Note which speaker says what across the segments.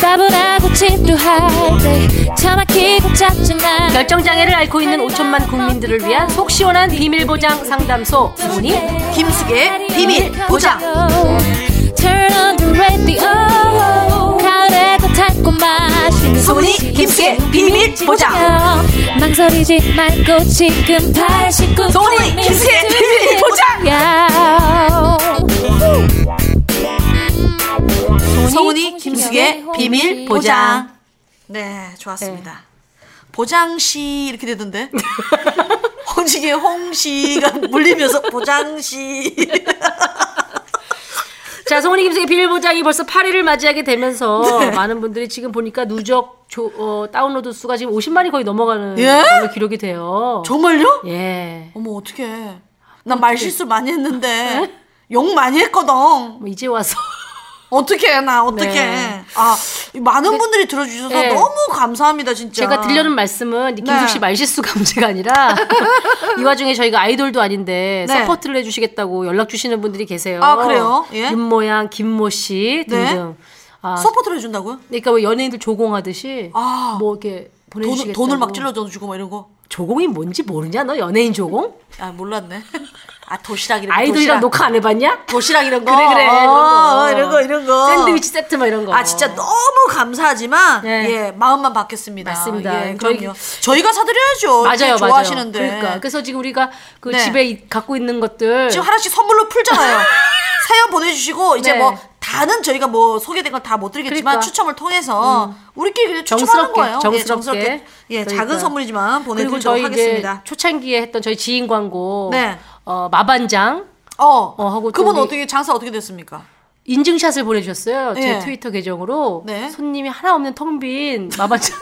Speaker 1: 따분하고 지루할 때 차막히고 작지만
Speaker 2: 결정장애를 앓고 있는 5천만 국민들을 위한 속 시원한 비밀보장 상담소 문의
Speaker 3: 김숙의 비밀 보장.
Speaker 1: Turn on the radio 가을의 그 달콤한
Speaker 3: 소문이 김숙의 비밀 보장.
Speaker 1: 망설이지 말고 지금 89
Speaker 3: 소문이 김숙의 비밀 보장. 소문이 김숙의 비밀 보장. 네, 좋았습니다. 보장 씨 이렇게 되던데. 홍지게 홍 씨가 물리면서 보장 씨.
Speaker 2: 자, 송은이 김숙의 비밀보장이 벌써 8일을 맞이하게 되면서
Speaker 3: 네.
Speaker 2: 많은 분들이 지금 보니까 누적 조- 어, 다운로드 수가 지금 50만이 거의 넘어가는
Speaker 3: 예?
Speaker 2: 걸로 기록이 돼요.
Speaker 3: 정말요?
Speaker 2: 예.
Speaker 3: 어머 어떡해. 난 말실수 많이 했는데
Speaker 2: 네.
Speaker 3: 욕 많이 했거든.
Speaker 2: 뭐 이제 와서
Speaker 3: 어떡해 나 어떡해.
Speaker 2: 네.
Speaker 3: 아 많은 분들이 들어주셔서
Speaker 2: 네.
Speaker 3: 너무 감사합니다 진짜.
Speaker 2: 제가 드리려는 말씀은 이 김숙 씨
Speaker 3: 네.
Speaker 2: 말실수가 문제가 아니라 이 와중에 저희가 아이돌도 아닌데
Speaker 3: 네.
Speaker 2: 서포트를 해주시겠다고 연락 주시는 분들이 계세요.
Speaker 3: 아, 그래요? 예. 네.
Speaker 2: 윤모양, 김모 씨 등등. 아,
Speaker 3: 서포트를 해준다고요?
Speaker 2: 그러니까 왜 연예인들 조공하듯이
Speaker 3: 아.
Speaker 2: 뭐 이렇게
Speaker 3: 돈,
Speaker 2: 보내주시겠다고.
Speaker 3: 돈을 막 찔러줘도 주고 막 이런 거.
Speaker 2: 조공이 뭔지 모르냐 너 연예인 조공?
Speaker 3: 아 몰랐네. 아 도시락 이런 거.
Speaker 2: 아이돌이랑
Speaker 3: 도시락.
Speaker 2: 녹화 안 해봤냐?
Speaker 3: 도시락 이런 거.
Speaker 2: 그래 그래 이런 거.
Speaker 3: 어, 이런 거 이런 거.
Speaker 2: 샌드위치 세트 막 이런 거.
Speaker 3: 아 진짜 너무 감사하지만
Speaker 2: 어. 네.
Speaker 3: 예 마음만 바뀌었습니다.
Speaker 2: 맞습니다.
Speaker 3: 예, 그럼요. 저희, 가 사드려야죠.
Speaker 2: 맞아요,
Speaker 3: 좋아하시는데.
Speaker 2: 맞아요. 그러니까 그래서 지금 우리가 그
Speaker 3: 네.
Speaker 2: 집에 이- 갖고 있는 것들
Speaker 3: 지금 하나씩 선물로 풀잖아요. 사연 보내주시고 이제
Speaker 2: 네.
Speaker 3: 뭐 다는 저희가 뭐 소개된 건 다 못 드리겠지만
Speaker 2: 그러니까. 음.
Speaker 3: 추첨을 통해서 우리끼리 그냥 추첨하는
Speaker 2: 정스럽게,
Speaker 3: 거예요. 예,
Speaker 2: 정스럽게.
Speaker 3: 예, 작은
Speaker 2: 그러니까.
Speaker 3: 선물이지만
Speaker 2: 그리고
Speaker 3: 보내드리도록
Speaker 2: 저희
Speaker 3: 하겠습니다.
Speaker 2: 이제 초창기에 했던 저희 지인 광고
Speaker 3: 네.
Speaker 2: 어, 마반장
Speaker 3: 어,
Speaker 2: 어, 하고 또
Speaker 3: 그분
Speaker 2: 우리-
Speaker 3: 어떻게 장사 어떻게 됐습니까?
Speaker 2: 인증샷을 보내주셨어요.
Speaker 3: 예.
Speaker 2: 제 트위터 계정으로
Speaker 3: 네.
Speaker 2: 손님이 하나 없는 텅 빈 마반장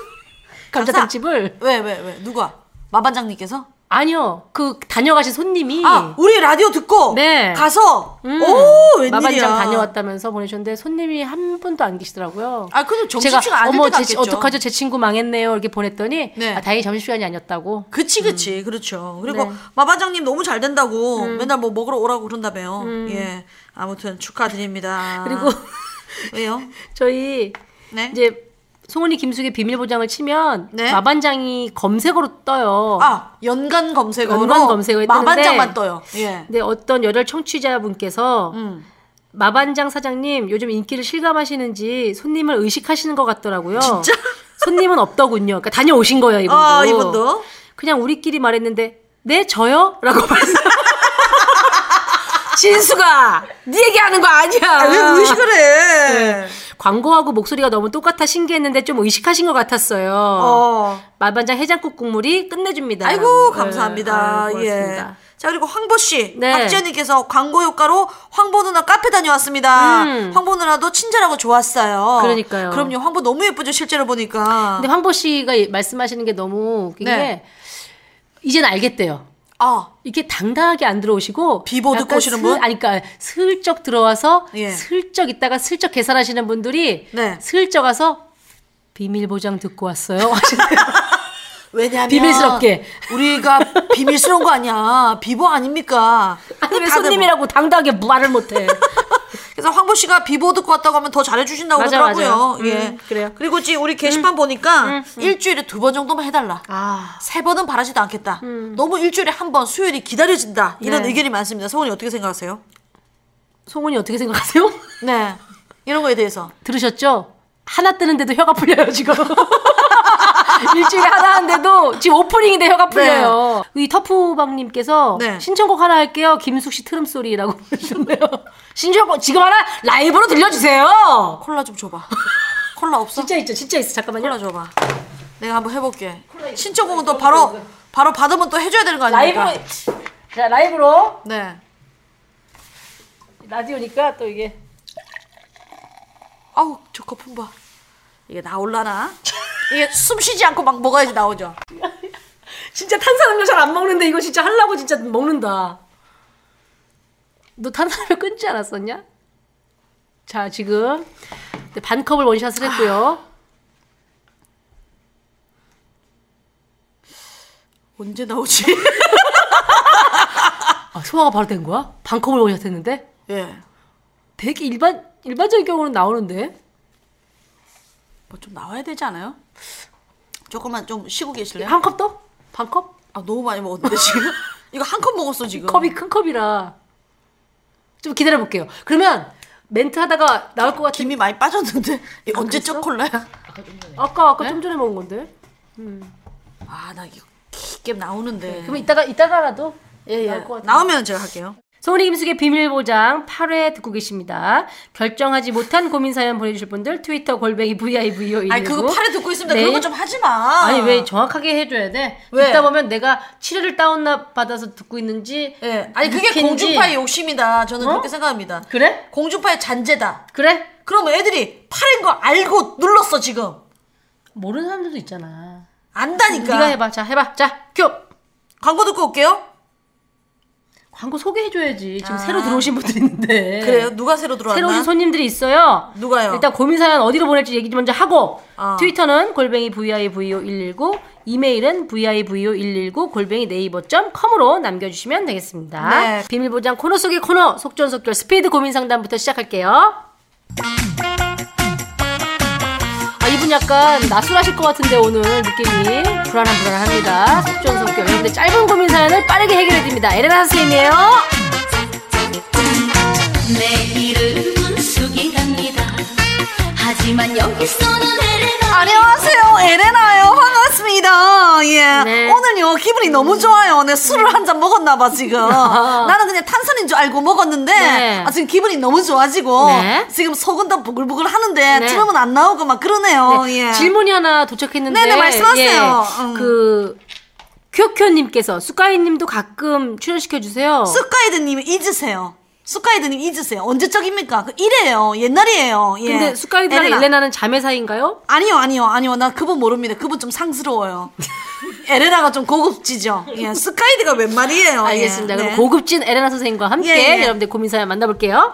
Speaker 2: 감자탕집을
Speaker 3: 왜 왜 왜 누가 마반장님께서?
Speaker 2: 아니요 그 다녀가신 손님이
Speaker 3: 아 우리 라디오 듣고
Speaker 2: 네.
Speaker 3: 가서
Speaker 2: 음,
Speaker 3: 오 웬일이야?
Speaker 2: 마반장 다녀왔다면서 보내주셨는데 손님이 한 분도 안 계시더라고요.
Speaker 3: 아 그럼
Speaker 2: 제가
Speaker 3: 점심시간 안될
Speaker 2: 어머
Speaker 3: 때가
Speaker 2: 제,
Speaker 3: 겠죠
Speaker 2: 어떡하죠 제 친구 망했네요 이렇게 보냈더니
Speaker 3: 네.
Speaker 2: 아, 다행히 점심시간이 아니었다고
Speaker 3: 그치 그치 그렇죠 그리고
Speaker 2: 네. 음.
Speaker 3: 마반장님 너무 잘 된다고 맨날 뭐 먹으러 오라고 그런다며요 예 아무튼 축하드립니다
Speaker 2: 그리고
Speaker 3: 왜요
Speaker 2: 저희
Speaker 3: 네
Speaker 2: 이제 송은이 김숙의 비밀 보장을 치면
Speaker 3: 네.
Speaker 2: 마반장이 검색어로 떠요.
Speaker 3: 아 연간 검색어로
Speaker 2: 연간 검색어에 뜨는데
Speaker 3: 마반장만 떠요 예
Speaker 2: 근데 어떤 열혈 청취자분께서
Speaker 3: 음.
Speaker 2: 마반장 사장님 요즘 인기를 실감하시는지 손님을 의식하시는 것 같더라고요. 진짜? 손님은 없더군요. 그러니까 다녀오신 거예요 이분도.
Speaker 3: 아 이분도
Speaker 2: 그냥 우리끼리 말했는데 네 저요?라고 말했어. 진수가 네 얘기하는 거 아니야.
Speaker 3: 아, 왜 의식을 해
Speaker 2: 광고하고 목소리가 너무 똑같아 신기했는데 좀 의식하신 것 같았어요.
Speaker 3: 어.
Speaker 2: 마반장 해장국 국물이 끝내줍니다.
Speaker 3: 아이고 감사합니다.
Speaker 2: 네, 아유,
Speaker 3: 예.
Speaker 2: 고맙습니다.
Speaker 3: 자 그리고 황보 씨,
Speaker 2: 네.
Speaker 3: 박지연님께서 광고 효과로 황보 누나 카페 다녀왔습니다.
Speaker 2: 음.
Speaker 3: 황보 누나도 친절하고 좋았어요.
Speaker 2: 그러니까요.
Speaker 3: 그럼요. 황보 너무 예쁘죠 실제로 보니까.
Speaker 2: 근데 황보 씨가 이- 말씀하시는 게 너무 웃긴
Speaker 3: 네.
Speaker 2: 게 이젠 알겠대요.
Speaker 3: 아
Speaker 2: 이게 당당하게 안 들어오시고
Speaker 3: 비보 듣고
Speaker 2: 약간
Speaker 3: 오시는
Speaker 2: 슬-
Speaker 3: 분?
Speaker 2: 아니 그러니까 슬쩍 들어와서
Speaker 3: 예.
Speaker 2: 슬쩍 있다가 슬쩍 계산하시는 분들이
Speaker 3: 네.
Speaker 2: 슬쩍 와서 비밀 보장 듣고 왔어요. 하시네요.
Speaker 3: 왜냐면
Speaker 2: 비밀스럽게.
Speaker 3: 우리가 비밀스러운 거 아니야. 비보 아닙니까?
Speaker 2: 아니 왜
Speaker 3: 다들 뭐-
Speaker 2: 손님이라고 당당하게 말을 못해.
Speaker 3: 그래서 황보 씨가 비보 듣고 왔다고 하면 더 잘해주신다고
Speaker 2: 맞아,
Speaker 3: 그러더라고요.
Speaker 2: 맞아.
Speaker 3: 예.
Speaker 2: 음, 그래요. 음,
Speaker 3: 그리고 지금 우리 게시판 보니까 일주일에 두 번 정도만 해달라.
Speaker 2: 아 음.
Speaker 3: 세 번은 바라지도 않겠다. 너무 일주일에 한 번 수요일이 기다려진다. 이런
Speaker 2: 네.
Speaker 3: 의견이 많습니다. 소원이 어떻게 생각하세요?
Speaker 2: 송은이 어떻게 생각하세요?
Speaker 3: 네. 이런 거에 대해서.
Speaker 2: 들으셨죠? 하나 뜨는데도 혀가 풀려요 지금. 일주일에 하나 하는데도 지금 오프닝인데 혀가 풀려요. 이 터프방님께서
Speaker 3: 네.
Speaker 2: 신청곡 하나 할게요. 김숙 씨 트름 소리라고 보내셨네요. 신청곡 지금 하나 라이브로 들려주세요.
Speaker 3: 콜라 좀 줘봐. 콜라 없어?
Speaker 2: 진짜 있죠, 진짜 있어. 잠깐만요.
Speaker 3: 콜라 줘봐. 내가 한번 해볼게. 신청곡은 또 바로, 바로 받으면 또 해줘야 되는 거
Speaker 2: 라이브로
Speaker 3: 아닙니까?
Speaker 2: 자 라이브로
Speaker 3: 네.
Speaker 2: 라디오니까 또 이게
Speaker 3: 아우, 저 거품 봐. 이게 나올라나? 이게 숨 쉬지 않고 막 먹어야지 나오죠.
Speaker 2: 진짜 탄산음료 잘 안 먹는데 이거 진짜 하려고 진짜 먹는다. 너 탄산음료 끊지 않았었냐? 자 지금 네, 반 컵을 원샷을 했고요.
Speaker 3: 언제 나오지?
Speaker 2: 아, 소화가 바로 된 거야? 반 컵을 원샷했는데
Speaker 3: 예.
Speaker 2: 되게 일반 일반적인 경우는 나오는데
Speaker 3: 뭐 좀 나와야 되지 않아요? 조금만 좀 쉬고 계실래요?
Speaker 2: 한 컵 더? 반 컵?
Speaker 3: 아 너무 많이 먹었는데 지금? 이거 한 컵 먹었어 지금.
Speaker 2: 컵이 큰 컵이라 좀 기다려 볼게요. 그러면 멘트 하다가 나올 것 같은
Speaker 3: 김이 많이 빠졌는데 이거 언제
Speaker 2: 그랬어?
Speaker 3: 초콜라야?
Speaker 2: 아까
Speaker 3: 네?
Speaker 2: 아까 좀 전에 먹은 건데.
Speaker 3: 아 나 이거 깊게 나오는데.
Speaker 2: 그러면 이따가 이따가라도
Speaker 3: 예,
Speaker 2: 나올 것 같은데.
Speaker 3: 네. 나오면 제가 할게요.
Speaker 2: 소리 김숙의 비밀보장 8회 듣고 계십니다. 결정하지 못한 고민 사연 보내주실 분들 트위터 골뱅이 VIVO
Speaker 3: 아니 그거 팔에 듣고 있습니다.
Speaker 2: 네.
Speaker 3: 그런 거 좀 하지 마.
Speaker 2: 아니 왜 정확하게 해줘야 돼?
Speaker 3: 왜?
Speaker 2: 듣다 보면 내가 치료를 다운나 받아서 듣고 있는지
Speaker 3: 예. 아니 그게 어?
Speaker 2: 미친지.
Speaker 3: 공주파의 욕심이다. 저는 그렇게 생각합니다.
Speaker 2: 그래?
Speaker 3: 공주파의 잔재다.
Speaker 2: 그래?
Speaker 3: 그럼 애들이 팔인 거 알고 눌렀어 지금.
Speaker 2: 모르는 사람들도 있잖아.
Speaker 3: 안다니까.
Speaker 2: 네가 해봐. 자 해봐. 자 큐.
Speaker 3: 광고 듣고 올게요.
Speaker 2: 광고 소개해줘야지. 지금 새로 들어오신 분들 있는데.
Speaker 3: 아. 그래요? 누가 네. 새로 들어왔나?
Speaker 2: 새로 오신 손님들이 있어요.
Speaker 3: 누가요?
Speaker 2: 일단 고민 사연 어디로 보낼지 얘기 먼저 하고
Speaker 3: 아.
Speaker 2: 트위터는 골뱅이 vivo119 이메일은 vivo119 골뱅이 네이버.com으로 남겨주시면 되겠습니다.
Speaker 3: 네.
Speaker 2: 비밀 보장 코너 속의 코너 속전속결 스피드 고민 상담부터 시작할게요. 아, 이분 약간 나술하실 것 같은데 오늘 느낌이 불안한 불안합니다. 속전속결. 여러분들 짧은 고민 사연을 빠르게 해결해드립니다. 에레나 선생님이에요.
Speaker 4: 내 이름은 숙이랍니다. 하지만 여기서는 해가
Speaker 3: 안녕하세요. 에레나예요. 반갑습니다. 예.
Speaker 2: 네.
Speaker 3: 오늘요. 기분이 너무 좋아요. 내 술을 한 잔 먹었나 봐, 지금. 나는 그냥 탄산인 줄 알고 먹었는데
Speaker 2: 아. 네.
Speaker 3: 아, 지금 기분이 너무 좋아지고
Speaker 2: 네.
Speaker 3: 지금 속은 다 보글보글 하는데
Speaker 2: 네.
Speaker 3: 트름은 안 나오고 막 그러네요.
Speaker 2: 네,
Speaker 3: 예.
Speaker 2: 질문이 하나 도착했는데.
Speaker 3: 네네, 말씀하세요.
Speaker 2: 예,
Speaker 3: 음.
Speaker 2: 그, 큐큐님께서, 수카이님도 가끔 출연시켜주세요.
Speaker 3: 쑥가이드님 잊으세요. 쑥가이드님 잊으세요. 언제적입니까? 그 이래요. 옛날이에요. 예.
Speaker 2: 근데 수카이드랑
Speaker 3: 에레나.
Speaker 2: 엘레나는 자매 사이인가요?
Speaker 3: 아니요, 아니요, 아니요. 나 그분 모릅니다. 그분 좀 상스러워요. 에레나가 좀 고급지죠. 예, 스카이드가 웬 말이에요. 예,
Speaker 2: 알겠습니다. 그럼
Speaker 3: 네.
Speaker 2: 고급진 에레나 선생님과 함께
Speaker 3: 예, 예.
Speaker 2: 여러분들 고민 사연 만나볼게요.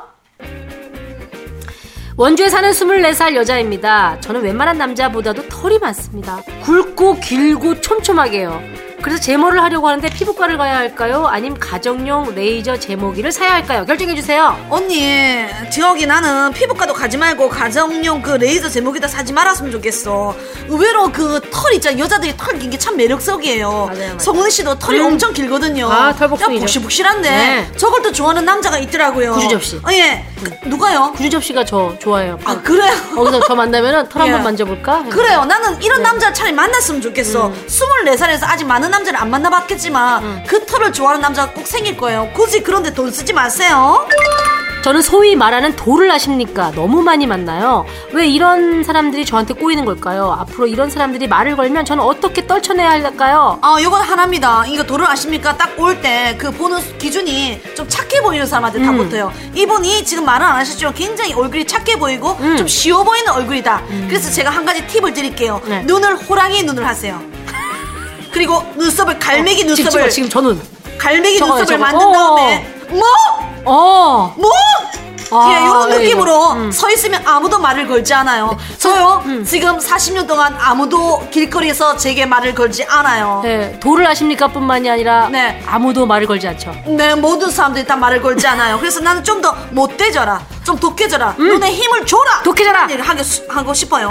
Speaker 2: 원주에 사는 24살 여자입니다. 저는 웬만한 남자보다도 털이 많습니다. 굵고 길고 촘촘하게요. 그래서 제모를 하려고 하는데 피부과를 가야 할까요? 아님 가정용 레이저 제모기를 사야 할까요? 결정해주세요.
Speaker 3: 언니, 저기 나는 피부과도 가지 말고 가정용 그 레이저 제목에다 사지 말았으면 좋겠어. 의외로 그 털 있잖아. 여자들이 털 긴 게 참 매력적이에요.
Speaker 2: 맞아요, 맞아요.
Speaker 3: 성훈 씨도 털이 엄청 길거든요.
Speaker 2: 아, 털 복숭이죠.
Speaker 3: 야, 복실복실한데
Speaker 2: 네.
Speaker 3: 저걸 또 좋아하는 남자가 있더라고요.
Speaker 2: 구주접 씨.
Speaker 3: 어, 예. 그, 누가요?
Speaker 2: 구주접 음. 씨가 저 좋아해요.
Speaker 3: 아, 그래요?
Speaker 2: 거기서 저 만나면 털 한번
Speaker 3: 예.
Speaker 2: 만져볼까?
Speaker 3: 그래요. 나는
Speaker 2: 네.
Speaker 3: 이런 남자를 차라리 만났으면 좋겠어.
Speaker 2: 음.
Speaker 3: 24살에서 아직 많은 남자를 안 만나봤겠지만 그 털을 좋아하는 남자가 꼭 생길 거예요. 굳이 그런데 돈 쓰지 마세요.
Speaker 2: 저는 소위 말하는 돌을 아십니까? 너무 많이 만나요. 왜 이런 사람들이 저한테 꼬이는 걸까요? 앞으로 이런 사람들이 말을 걸면 저는 어떻게 떨쳐내야 할까요?
Speaker 3: 아, 요건 하나입니다. 이거 도를 아십니까? 딱 올 때 그 보는 기준이 좀 착해 보이는 사람한테
Speaker 2: 음.
Speaker 3: 다 붙어요. 이분이 지금 말은 안 하셨지만 굉장히 얼굴이 착해 보이고
Speaker 2: 음.
Speaker 3: 좀 쉬워 보이는 얼굴이다. 그래서 제가 한 가지 팁을 드릴게요.
Speaker 2: 네.
Speaker 3: 눈을 호랑이 눈을 하세요. 그리고 눈썹을 갈매기
Speaker 2: 지금,
Speaker 3: 눈썹을
Speaker 2: 어, 지금, 지금 저는.
Speaker 3: 갈매기
Speaker 2: 저거요,
Speaker 3: 눈썹을
Speaker 2: 저거.
Speaker 3: 만든 다음에 뭐?
Speaker 2: 어!
Speaker 3: 뭐?
Speaker 2: 아,
Speaker 3: 예, 이런
Speaker 2: 예,
Speaker 3: 느낌으로 서 있으면 아무도 말을 걸지 않아요.
Speaker 2: 네.
Speaker 3: 저요
Speaker 2: 음.
Speaker 3: 지금 40년 동안 아무도 길거리에서 제게 말을 걸지 않아요.
Speaker 2: 네, 돌을 아십니까? 뿐만이 아니라
Speaker 3: 네.
Speaker 2: 아무도 말을 걸지 않죠.
Speaker 3: 내 모든 사람들이 다 말을 걸지 않아요. 그래서 나는 좀 더 못되져라, 좀 독해져라, 눈에 힘을 줘라,
Speaker 2: 음. 독해져라.
Speaker 3: 이런 일을 하고, 수- 하고 싶어요.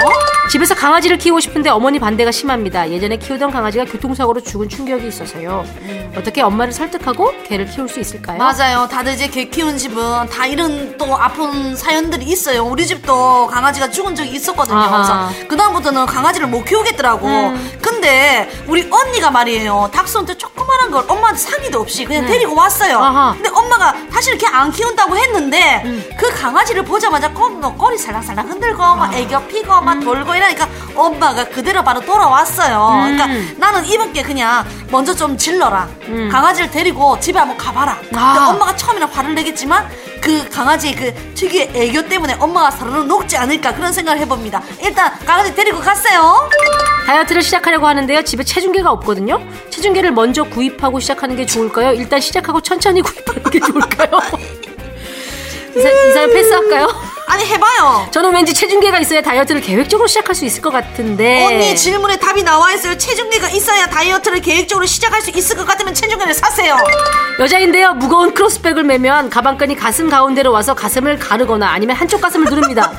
Speaker 2: 집에서 강아지를 키우고 싶은데 어머니 반대가 심합니다. 예전에 키우던 강아지가 교통사고로 죽은 충격이 있어서요. 어떻게 엄마를 설득하고 개를 키울 수 있을까요?
Speaker 3: 음. 맞아요. 다들 이제 개 키우는 집은 다 이런 또 아픈 사연들이 있어요. 우리 집도 강아지가 죽은 적이 있었거든요.
Speaker 2: 아하. 음.
Speaker 3: 그래서 그다음부터는 강아지를 못 키우겠더라고. 근데 우리 언니가 말이에요. 닥스한테 조그만한 걸 엄마한테 상의도 없이 그냥 데리고 왔어요.
Speaker 2: 네. 아하. 음.
Speaker 3: 근데 엄마가 사실 이렇게 안 키운다고 했는데 그 강아지를 보자마자 꼬, 뭐 꼬리 살랑살랑 흔들고 막 애교 피고
Speaker 2: 음.
Speaker 3: 막 돌고 이러니까 엄마가 그대로 바로 돌아왔어요.
Speaker 2: 음.
Speaker 3: 그러니까 나는 이분께 그냥 먼저 좀 질러라. 강아지를 데리고 집에 한번 가봐라. 근데
Speaker 2: 아.
Speaker 3: 엄마가 처음에는 화를 내겠지만 그 강아지의 그 특유의 애교 때문에 엄마가 사르르 녹지 않을까 그런 생각을 해봅니다. 일단 강아지 데리고 갔어요.
Speaker 2: 다이어트를 시작하려고 하는데요. 집에 체중계가 없거든요. 체중계를 먼저 구입하고 시작하는 게 좋을까요? 일단 시작하고 천천히 구입하는 게 좋을까요? 이, 사, 이 사람 패스할까요?
Speaker 3: 아니 해봐요.
Speaker 2: 저는 왠지 체중계가 있어야 다이어트를 계획적으로 시작할 수 있을 것 같은데.
Speaker 3: 언니 질문에 답이 나와 있어요. 체중계가 있어야 다이어트를 계획적으로 시작할 수 있을 것 같으면 체중계를 사세요.
Speaker 2: 여자인데요. 무거운 크로스백을 매면 가방끈이 가슴 가운데로 와서 가슴을 가르거나 아니면 한쪽 가슴을 누릅니다.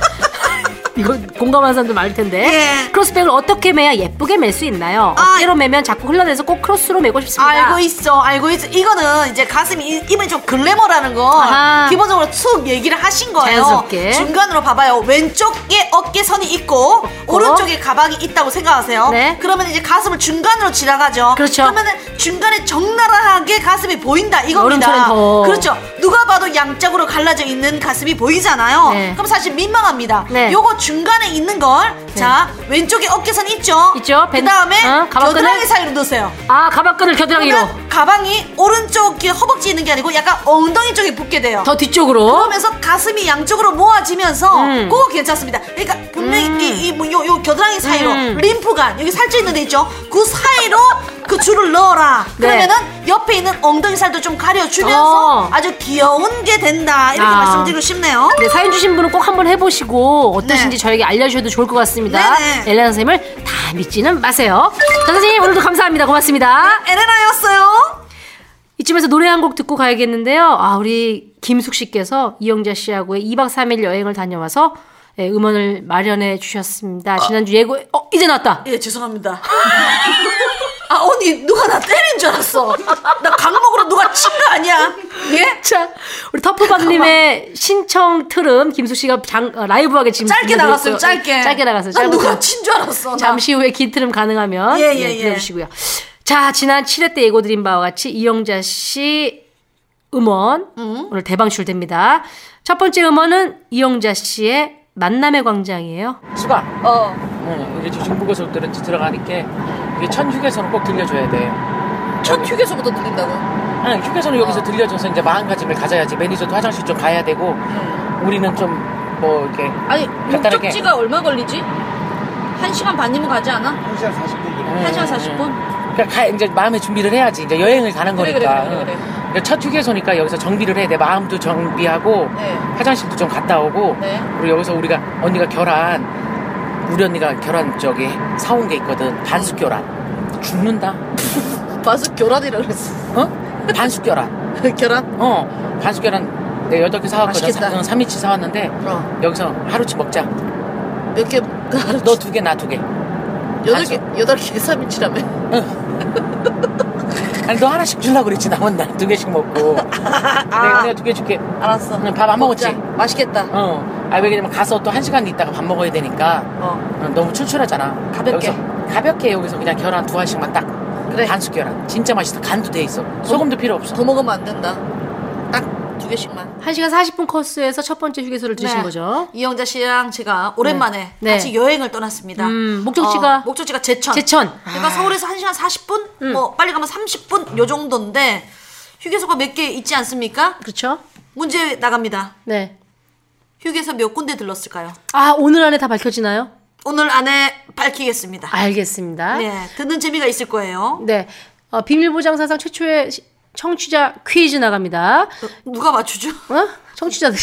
Speaker 2: 이거 공감하는 사람들 많을 텐데.
Speaker 3: 예.
Speaker 2: 크로스백을 어떻게 매야 예쁘게 맬 수 있나요?
Speaker 3: 아.
Speaker 2: 어깨로 매면 자꾸 흘러내서 꼭 크로스로 매고 싶습니다.
Speaker 3: 알고 있어, 알고 있어. 이거는 이제 가슴이 이- 이번에 좀 글래머라는 거
Speaker 2: 아하.
Speaker 3: 기본적으로 쭉 얘기를 하신 거예요.
Speaker 2: 자연스럽게.
Speaker 3: 중간으로 봐봐요. 왼쪽에 어깨선이 있고 오른쪽에 가방이 있다고 생각하세요.
Speaker 2: 네.
Speaker 3: 그러면 이제 가슴을 중간으로 지나가죠.
Speaker 2: 그렇죠.
Speaker 3: 러면은 중간에 정나라하게 가슴이 보인다
Speaker 2: 여름철엔
Speaker 3: 이겁니다.
Speaker 2: 더.
Speaker 3: 그렇죠. 누가 봐도 양쪽으로 갈라져 있는 가슴이 보이잖아요.
Speaker 2: 네.
Speaker 3: 그럼 사실 민망합니다.
Speaker 2: 네.
Speaker 3: 요거 중간에 있는 걸 자 왼쪽에 어깨선 있죠.
Speaker 2: 있죠. 밴-
Speaker 3: 그 다음에
Speaker 2: 어, 가방
Speaker 3: 겨드랑이
Speaker 2: 끈을?
Speaker 3: 사이로 넣으세요.
Speaker 2: 아, 가방끈을 겨드랑이로.
Speaker 3: 그러면 가방이 오른쪽에 허벅지 있는 게 아니고 약간 엉덩이 쪽에 붙게 돼요.
Speaker 2: 더 뒤쪽으로.
Speaker 3: 그러면서 가슴이 양쪽으로 모아지면서
Speaker 2: 음.
Speaker 3: 그거 괜찮습니다. 그러니까 분명히 이, 이, 뭐 요, 요 겨드랑이 사이로
Speaker 2: 음.
Speaker 3: 림프관 여기 살짝 있는 데 있죠. 그 사이로 그 줄을 넣어라.
Speaker 2: 네.
Speaker 3: 그러면은 옆에 있는 엉덩이 살도 좀 가려주면서
Speaker 2: 어.
Speaker 3: 아주 귀여운 게 된다. 이렇게
Speaker 2: 아.
Speaker 3: 말씀드리고 싶네요.
Speaker 2: 네, 사연 주신 분은 꼭 한번 해보시고 어떠신지
Speaker 3: 네.
Speaker 2: 저에게 알려주셔도 좋을 것 같습니다.
Speaker 3: 네네.
Speaker 2: 엘레나 선생님을 다 믿지는 마세요. 자, 선생님 오늘도 감사합니다. 고맙습니다.
Speaker 3: 에레나였어요.
Speaker 2: 이쯤에서 노래 한 곡 듣고 가야겠는데요. 아, 우리 김숙 씨께서 이영자 씨하고의 2박 3일 여행을 다녀와서 예, 음원을 마련해
Speaker 3: 아.
Speaker 2: 주셨습니다. 지난주 예고, 어, 이제 나왔다.
Speaker 3: 예 죄송합니다. 아 언니 누가 나 때린 줄 알았어. 나 강목으로 누가 친 거 아니야? 예?
Speaker 2: 자, 우리 터프바드님의 신청 틀음 김숙 씨가 장, 어, 라이브하게 지금
Speaker 3: 짧게
Speaker 2: 들려드렸고요. 네,
Speaker 3: 나갔어요. 짧게.
Speaker 2: 짧게 나갔어요.
Speaker 3: 난
Speaker 2: 짧은
Speaker 3: 누가
Speaker 2: 틀음.
Speaker 3: 친 줄 알았어. 나.
Speaker 2: 잠시 후에 긴 틀음 가능하면
Speaker 3: 예, 예,
Speaker 2: 예,
Speaker 3: 예.
Speaker 2: 들려주시고요. 자, 지난 7회 때 예고 드린 바와 같이 이영자 씨 음원 오늘 대방출 됩니다. 첫 번째 음원은 이영자 씨의 만남의 광장이에요.
Speaker 5: 수가
Speaker 3: 어.
Speaker 5: 어, 이게 저 중국에서 들은 들어가니까 이게 천 휴게소는 꼭 들려줘야 돼.
Speaker 3: 첫 휴게소부터 들린다고.
Speaker 5: 응, 휴게소는
Speaker 6: 어.
Speaker 5: 여기서 들려줘서 이제 마음가짐을 가져야지 매니저도 화장실 좀 가야 되고 우리는 좀 뭐 이렇게
Speaker 6: 음. 아니
Speaker 5: 간단하게.
Speaker 6: 목적지가 얼마 걸리지? 한 시간 반이면 가지 않아? 한 시간 40분?
Speaker 5: 그러니까 가, 이제 마음의 준비를 해야지 이제 여행을 가는
Speaker 6: 그래,
Speaker 5: 거니까.
Speaker 6: 그래, 그래, 그래,
Speaker 5: 응. 그러니까 첫 휴게소니까 여기서 정비를 해. 내 마음도 정비하고
Speaker 6: 네.
Speaker 5: 화장실도 좀 갔다 오고
Speaker 6: 네.
Speaker 5: 그리고 여기서 우리가 언니가 계란 우리 언니가 계란 저기 사온 게
Speaker 6: 음.
Speaker 5: 있거든 반숙 계란 죽는다.
Speaker 6: 바스 교란이라 그랬어.
Speaker 5: 어? 반숙 계란.
Speaker 6: 교란?
Speaker 5: 어, 반숙 계란 내 여덟 개 사왔거든.
Speaker 6: 맛있겠다.
Speaker 5: 사, 3인치 사왔는데
Speaker 6: 어.
Speaker 5: 여기서 하루치 먹자.
Speaker 6: 몇 개?
Speaker 5: 너 두 개, 나 두 개.
Speaker 6: 여덟 개, 여덟 개, 3인치라며.
Speaker 5: 아니 너 하나씩 주려고 그랬지. 나만 나두 개씩 먹고. 내가, 내가 두 개 줄게.
Speaker 6: 알았어.
Speaker 5: 응, 밥안
Speaker 6: 아. 먹자.
Speaker 5: 먹었지?
Speaker 6: 맛있겠다.
Speaker 5: 어. 아, 왜냐면 가서 또 한 시간 있다가 밥 먹어야 되니까
Speaker 6: 어.
Speaker 5: 어, 너무 출출하잖아.
Speaker 6: 가볍게.
Speaker 5: 여기서, 가볍게 여기서 그냥 계란 두 알씩만 딱.
Speaker 6: 그래.
Speaker 5: 반숙 계란. 진짜 맛있어. 간도 돼 있어. 소금도 필요 없어.
Speaker 6: 더 먹으면 안 된다. 딱 두 개씩만.
Speaker 2: 1시간 40분 코스에서 첫 번째 휴게소를 들으신
Speaker 3: 네.
Speaker 2: 거죠.
Speaker 3: 이영자 씨랑 제가 오랜만에
Speaker 2: 네.
Speaker 3: 같이 여행을 떠났습니다.
Speaker 2: 음, 목적지가?
Speaker 3: 어, 목적지가 제천.
Speaker 2: 제천. 아. 음.
Speaker 3: 그러니까 서울에서 1시간 40분? 뭐 빨리 가면 30분 요 정도인데 휴게소가 몇 개 있지 않습니까?
Speaker 2: 그렇죠?
Speaker 3: 문제 나갑니다.
Speaker 2: 네.
Speaker 3: 휴게소 몇 군데 들렀을까요?
Speaker 2: 아, 오늘 안에 다 밝혀지나요?
Speaker 3: 오늘 안에 밝히겠습니다.
Speaker 2: 알겠습니다. 네.
Speaker 3: 네, 듣는 재미가 있을 거예요.
Speaker 2: 어, 비밀보장사상 최초의 시- 청취자 퀴즈 나갑니다.
Speaker 3: 누가 맞추죠?
Speaker 2: 어? 청취자들이.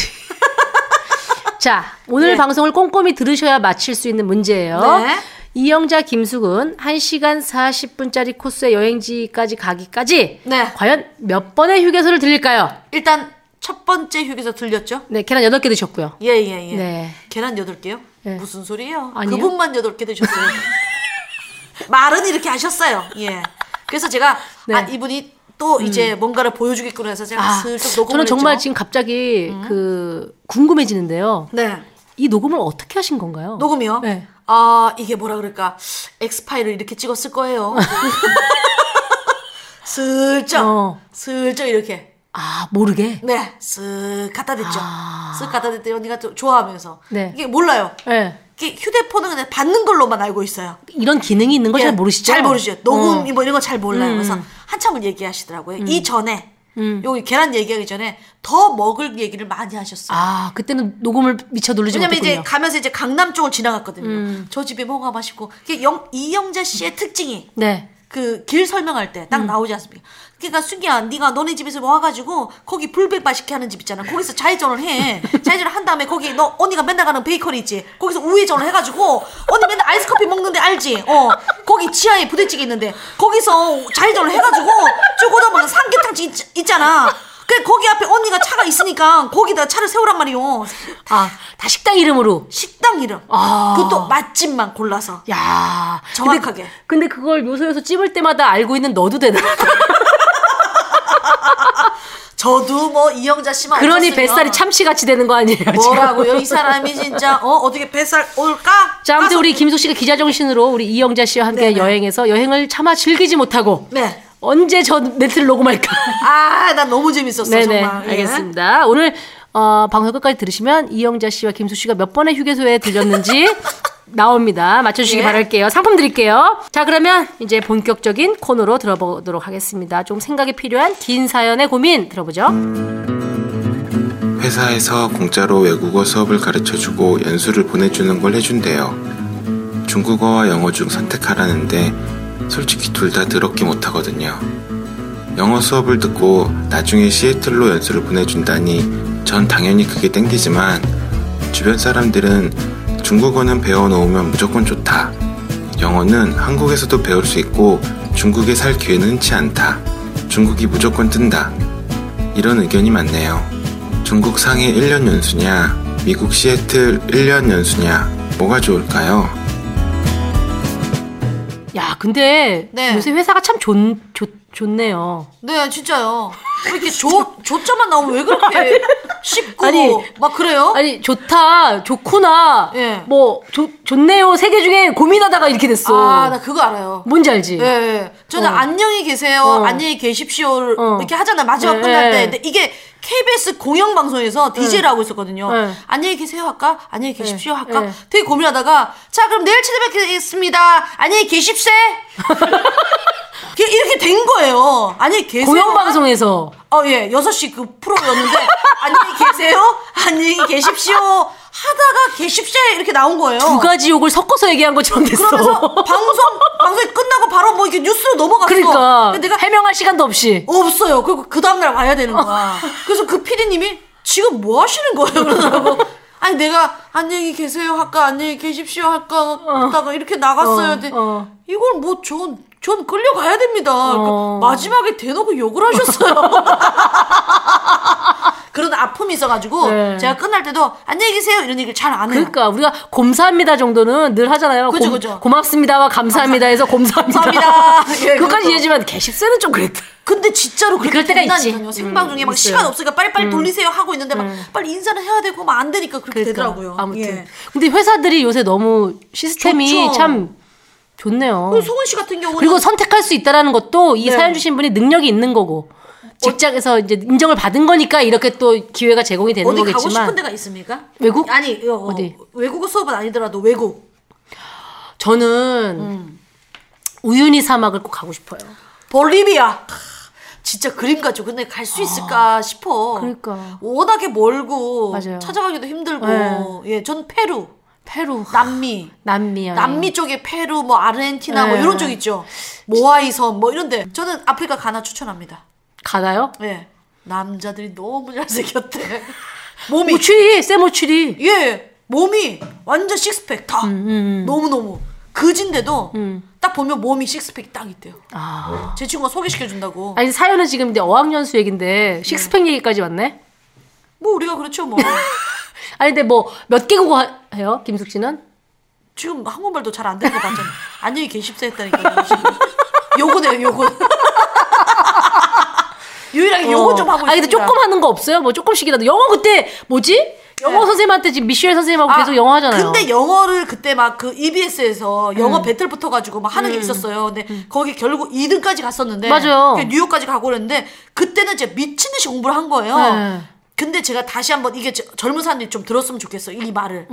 Speaker 2: 자, 오늘 방송을 꼼꼼히 들으셔야 맞힐 수 있는 문제예요.
Speaker 3: 네.
Speaker 2: 이영자 김숙은 1시간 40분짜리 코스의 여행지까지 가기까지
Speaker 3: 네.
Speaker 2: 과연 몇 번의 휴게소를 들릴까요?
Speaker 3: 일단 첫 번째 휴게소 들렸죠?
Speaker 2: 네, 계란 8개 드셨고요.
Speaker 3: 예, 예, 예.
Speaker 2: 네.
Speaker 3: 계란 8개요?
Speaker 2: 네.
Speaker 3: 무슨 소리예요?
Speaker 2: 아니요.
Speaker 3: 그분만 8개 드셨어요. 말은 이렇게 하셨어요. 예. 그래서 제가
Speaker 2: 네.
Speaker 3: 아, 이분이 또 이제 뭔가를 보여주겠구나 해서 제가
Speaker 2: 아,
Speaker 3: 슬쩍 녹음을
Speaker 2: 저는 정말
Speaker 3: 했죠. 음.
Speaker 2: 지금 갑자기 그 궁금해지는데요.
Speaker 3: 네.
Speaker 2: 이 녹음을 어떻게 하신 건가요?
Speaker 3: 녹음이요?
Speaker 2: 네.
Speaker 3: 아, 이게 뭐라 그럴까? 엑스파일을 이렇게 찍었을 거예요. 슬쩍.
Speaker 2: 어.
Speaker 3: 슬쩍 이렇게.
Speaker 2: 아, 모르게.
Speaker 3: 네. 쓱 갖다 댔죠. 쓱 갖다 댔더니 언니가 또 좋아하면서.
Speaker 2: 아. 네.
Speaker 3: 이게 몰라요.
Speaker 2: 네.
Speaker 3: 이게 휴대폰은 그냥 받는 걸로만 알고 있어요.
Speaker 2: 이런 기능이 있는 걸 잘
Speaker 3: 예,
Speaker 2: 모르시죠?
Speaker 3: 잘 모르죠.
Speaker 2: 어.
Speaker 3: 녹음 뭐 이런 거 잘 몰라요. 그래서 한참을 얘기하시더라고요.
Speaker 2: 음.
Speaker 3: 이 전에 여기 계란 얘기하기 전에 더 먹을 얘기를 많이 하셨어요.
Speaker 2: 아, 그때는 녹음을 미쳐 누르지
Speaker 3: 왜냐면
Speaker 2: 못했군요. 음.
Speaker 3: 이제 그 가면서 이제 강남 쪽을 지나갔거든요. 저 집에 뭐가 맛있고 그게 영, 이영자 씨의 특징이
Speaker 2: 네.
Speaker 3: 그 길 설명할 때
Speaker 2: 음.
Speaker 3: 딱 나오지 않습니까? 그러니까 순기야, 네가 너네 집에서 뭐 와가지고 거기 불백 맛있게 하는 집 있잖아. 거기서 좌회전을 해. 좌회전을 한 다음에 거기 너 언니가 맨날 가는 베이커리 있지. 거기서 우회전을 해가지고 언니 맨날 아이스커피 먹는데 알지? 어, 거기 지하에 부대찌개 있는데 거기서 좌회전을 해가지고 쭉 오다 보면 삼계탕집 있, 있잖아. 그 거기 앞에 언니가 차가 있으니까 거기다 차를 세우란 말이요.
Speaker 2: 아, 다 식당 이름으로.
Speaker 3: 식당 이름.
Speaker 2: 아.
Speaker 3: 그것도 맛집만 골라서.
Speaker 2: 야
Speaker 3: 정확하게.
Speaker 2: 근데, 근데 그걸 요소요소 찝을 때마다 알고 있는 너도 되나?
Speaker 3: 아, 저도 뭐 이영자 씨만
Speaker 2: 그러니
Speaker 3: 없었으면
Speaker 2: 뱃살이 참치같이 되는 거 아니에요? 지금?
Speaker 3: 뭐라고요? 이 사람이 진짜 어 어떻게 뱃살 올까?
Speaker 2: 자, 아무튼
Speaker 3: 가서-
Speaker 2: 우리 김숙 씨가 기자 정신으로 우리 이영자 씨와 함께
Speaker 3: 네네.
Speaker 2: 여행해서 여행을 차마 즐기지 못하고
Speaker 3: 네.
Speaker 2: 언제 저 멘트를 녹음할까?
Speaker 3: 아, 나 너무 재밌었어 정말. 예.
Speaker 2: 네, 알겠습니다. 오늘 어, 방송 끝까지 들으시면 이영자 씨와 김수 씨가 몇 번의 휴게소에 들렸는지 나옵니다. 맞춰주시기
Speaker 3: 예.
Speaker 2: 바랄게요. 상품 드릴게요. 자, 그러면 이제 본격적인 코너로 들어보도록 하겠습니다. 좀 생각이 필요한 긴 사연의 고민 들어보죠.
Speaker 7: 회사에서 공짜로 외국어 수업을 가르쳐주고 연수를 보내주는 걸 해준대요. 중국어와 영어 중 선택하라는데 솔직히 둘 다 더럽게 못하거든요. 영어 수업을 듣고 나중에 시애틀로 연수를 보내준다니 전 당연히 그게 땡기지만 주변 사람들은 중국어는 배워놓으면 무조건 좋다. 영어는 한국에서도 배울 수 있고 중국에 살 기회는 흔치 않다. 중국이 무조건 뜬다. 이런 의견이 많네요. 중국 상해 1년 연수냐, 미국 시애틀 1년 연수냐, 뭐가 좋을까요?
Speaker 2: 야, 근데
Speaker 3: 네.
Speaker 2: 요새 회사가 참 좋, 좋, 좋네요.
Speaker 3: 네, 진짜요. 왜 이렇게 조 조점만 나오면 왜 그렇게 쉽고
Speaker 2: 아니.
Speaker 3: 막 그래요?
Speaker 2: 아니, 좋다, 좋구나,
Speaker 3: 어? 예.
Speaker 2: 뭐, 좋, 좋네요. 세 개 중에 고민하다가 이렇게 됐어.
Speaker 3: 아, 나 그거 알아요.
Speaker 2: 뭔지 알지?
Speaker 3: 예, 예. 저는
Speaker 2: 어.
Speaker 3: 안녕히 계세요,
Speaker 2: 어.
Speaker 3: 안녕히 계십시오
Speaker 2: 어.
Speaker 3: 이렇게 하잖아요. 마지막
Speaker 2: 예,
Speaker 3: 끝날 때.
Speaker 2: 예.
Speaker 3: 근데 이게 KBS 공영 방송에서
Speaker 2: 네.
Speaker 3: DJ를 하고 있었거든요.
Speaker 2: 예.
Speaker 3: 안녕히 계세요 할까? 안녕히 계십시오
Speaker 2: 예,
Speaker 3: 할까?
Speaker 2: 예.
Speaker 3: 되게 고민하다가 자 그럼 내일 찾아뵙겠습니다. 안녕히 계십세. 이렇게 된 거예요. 안녕히 계세요.
Speaker 2: 공영방송에서.
Speaker 3: 어, 예, 6시 그 프로였는데, 안녕히 계세요? 안녕히 계십시오? 하다가 계십시오? 이렇게 나온 거예요.
Speaker 2: 두 가지 욕을 섞어서 얘기한 것처럼 됐어.
Speaker 3: 그러면서 방송, 방송이 끝나고 바로 뭐 이렇게 뉴스로 넘어갔어.
Speaker 2: 그러니까
Speaker 3: 근데 내가
Speaker 2: 해명할 시간도 없이
Speaker 3: 없어요. 그리고 그 다음날 와야 되는 거야.
Speaker 2: 어.
Speaker 3: 그래서 그 피디님이 지금 뭐 하시는 거예요? 그러더라고. 아니, 내가 안녕히 계세요 할까, 안녕히 계십시오 할까, 하다가 이렇게 나갔어요.
Speaker 2: 어,
Speaker 3: 근데
Speaker 2: 어.
Speaker 3: 이걸 뭐 전, 전 끌려가야 됩니다. 그러니까
Speaker 2: 어.
Speaker 3: 마지막에 대놓고 욕을 하셨어요. 그런 아픔이 있어가지고
Speaker 2: 네.
Speaker 3: 제가 끝날 때도 안녕히 계세요 이런 얘기를 잘 안 해요.
Speaker 2: 그러니까 우리가 곰사합니다 정도는 늘 하잖아요.
Speaker 3: 그죠,
Speaker 2: 곰-
Speaker 3: 그죠.
Speaker 2: 고맙습니다와 감사합니다 해서 곰사합니다.
Speaker 3: 감사합니다. 예,
Speaker 2: 그것까지
Speaker 3: 그것도.
Speaker 2: 이해하지만 개십세는 좀 그랬다.
Speaker 3: 근데 진짜로 그렇게
Speaker 2: 그럴 때가
Speaker 3: 된다니까요.
Speaker 2: 있지.
Speaker 3: 생방 중에 막
Speaker 2: 음,
Speaker 3: 시간
Speaker 2: 있어요.
Speaker 3: 없으니까 빨리빨리 돌리세요 하고 있는데 막 빨리 인사를 해야 되고 막 안 되니까 그렇게 되더라고요.
Speaker 2: 그러니까 아무튼
Speaker 3: 예.
Speaker 2: 근데 회사들이 요새 너무 시스템이
Speaker 3: 좋죠.
Speaker 2: 참 좋네요.
Speaker 3: 그리고 송은 씨 같은 경우는
Speaker 2: 어. 그리고 선택할 수 있다라는 것도 이
Speaker 3: 네. 어,
Speaker 2: 사연 주신 분이 능력이 있는 거고 직장에서 이제 인정을 받은 거니까 이렇게 또 기회가 제공이 되는
Speaker 3: 어디 가고
Speaker 2: 거겠지만
Speaker 3: 싶은 데가 있습니까?
Speaker 2: 외국?
Speaker 3: 아니 어, 어,
Speaker 2: 어디?
Speaker 3: 외국어 수업은 아니더라도 외국
Speaker 2: 저는
Speaker 3: 음.
Speaker 2: 우유니 사막을 꼭 가고 싶어요.
Speaker 3: 볼리비아 크, 진짜 그림 같죠. 근데 갈 수 있을까 싶어.
Speaker 2: 아, 그러니까.
Speaker 3: 워낙에 멀고
Speaker 2: 맞아요.
Speaker 3: 찾아가기도 힘들고
Speaker 2: 네.
Speaker 3: 예, 전 페루,
Speaker 2: 페루,
Speaker 3: 남미.
Speaker 2: 남미야.
Speaker 3: 남미 쪽에 페루, 뭐 아르헨티나, 뭐
Speaker 2: 네.
Speaker 3: 이런 쪽 있죠. 모아이 섬, 뭐 이런데 저는 아프리카 가나 추천합니다.
Speaker 2: 가나요?
Speaker 3: 예. 남자들이 너무 잘생겼대. 몸이
Speaker 2: 오추리, 쌤 오추리.
Speaker 3: 예 몸이 완전 식스팩 다
Speaker 2: 음,
Speaker 3: 너무 너무 그진데도 딱 보면 몸이 식스팩 딱 있대요.
Speaker 2: 아.
Speaker 3: 제 친구가 소개시켜 준다고.
Speaker 2: 아니 사연은 지금 이제 어학연수 얘긴데 식스팩 얘기까지 왔네.
Speaker 3: 뭐 우리가 그렇죠 뭐.
Speaker 2: 아니 근데 뭐 몇 개국어 하- 해요? 김숙 씨는?
Speaker 3: 지금 한국말도 잘 안 되는 거 봤잖아. 안녕히 계십사 했다니까. 지금. 요거네요 요거. 유일하게 요거 좀 하고 있습니다.
Speaker 2: 아 근데 조금 하는 거 없어요? 뭐 조금씩이라도 영어 그때 뭐지? 영어
Speaker 3: 네.
Speaker 2: 선생님한테 지금 미셸 선생님하고
Speaker 3: 아,
Speaker 2: 계속 영어 하잖아요. 음.
Speaker 3: 근데 영어를 그때 막 그 EBS에서 영어 배틀 붙어가지고 막 하는 게 있었어요. 근데 거기 결국 2등까지 갔었는데.
Speaker 2: 맞아요.
Speaker 3: 그냥 뉴욕까지 가고 그랬는데 그때는 진짜 미친 듯이 공부를 한 거예요.
Speaker 2: 네.
Speaker 3: 근데 제가 다시 한번 이게 저- 젊은 사람들이 좀 들었으면 좋겠어. 이 말을.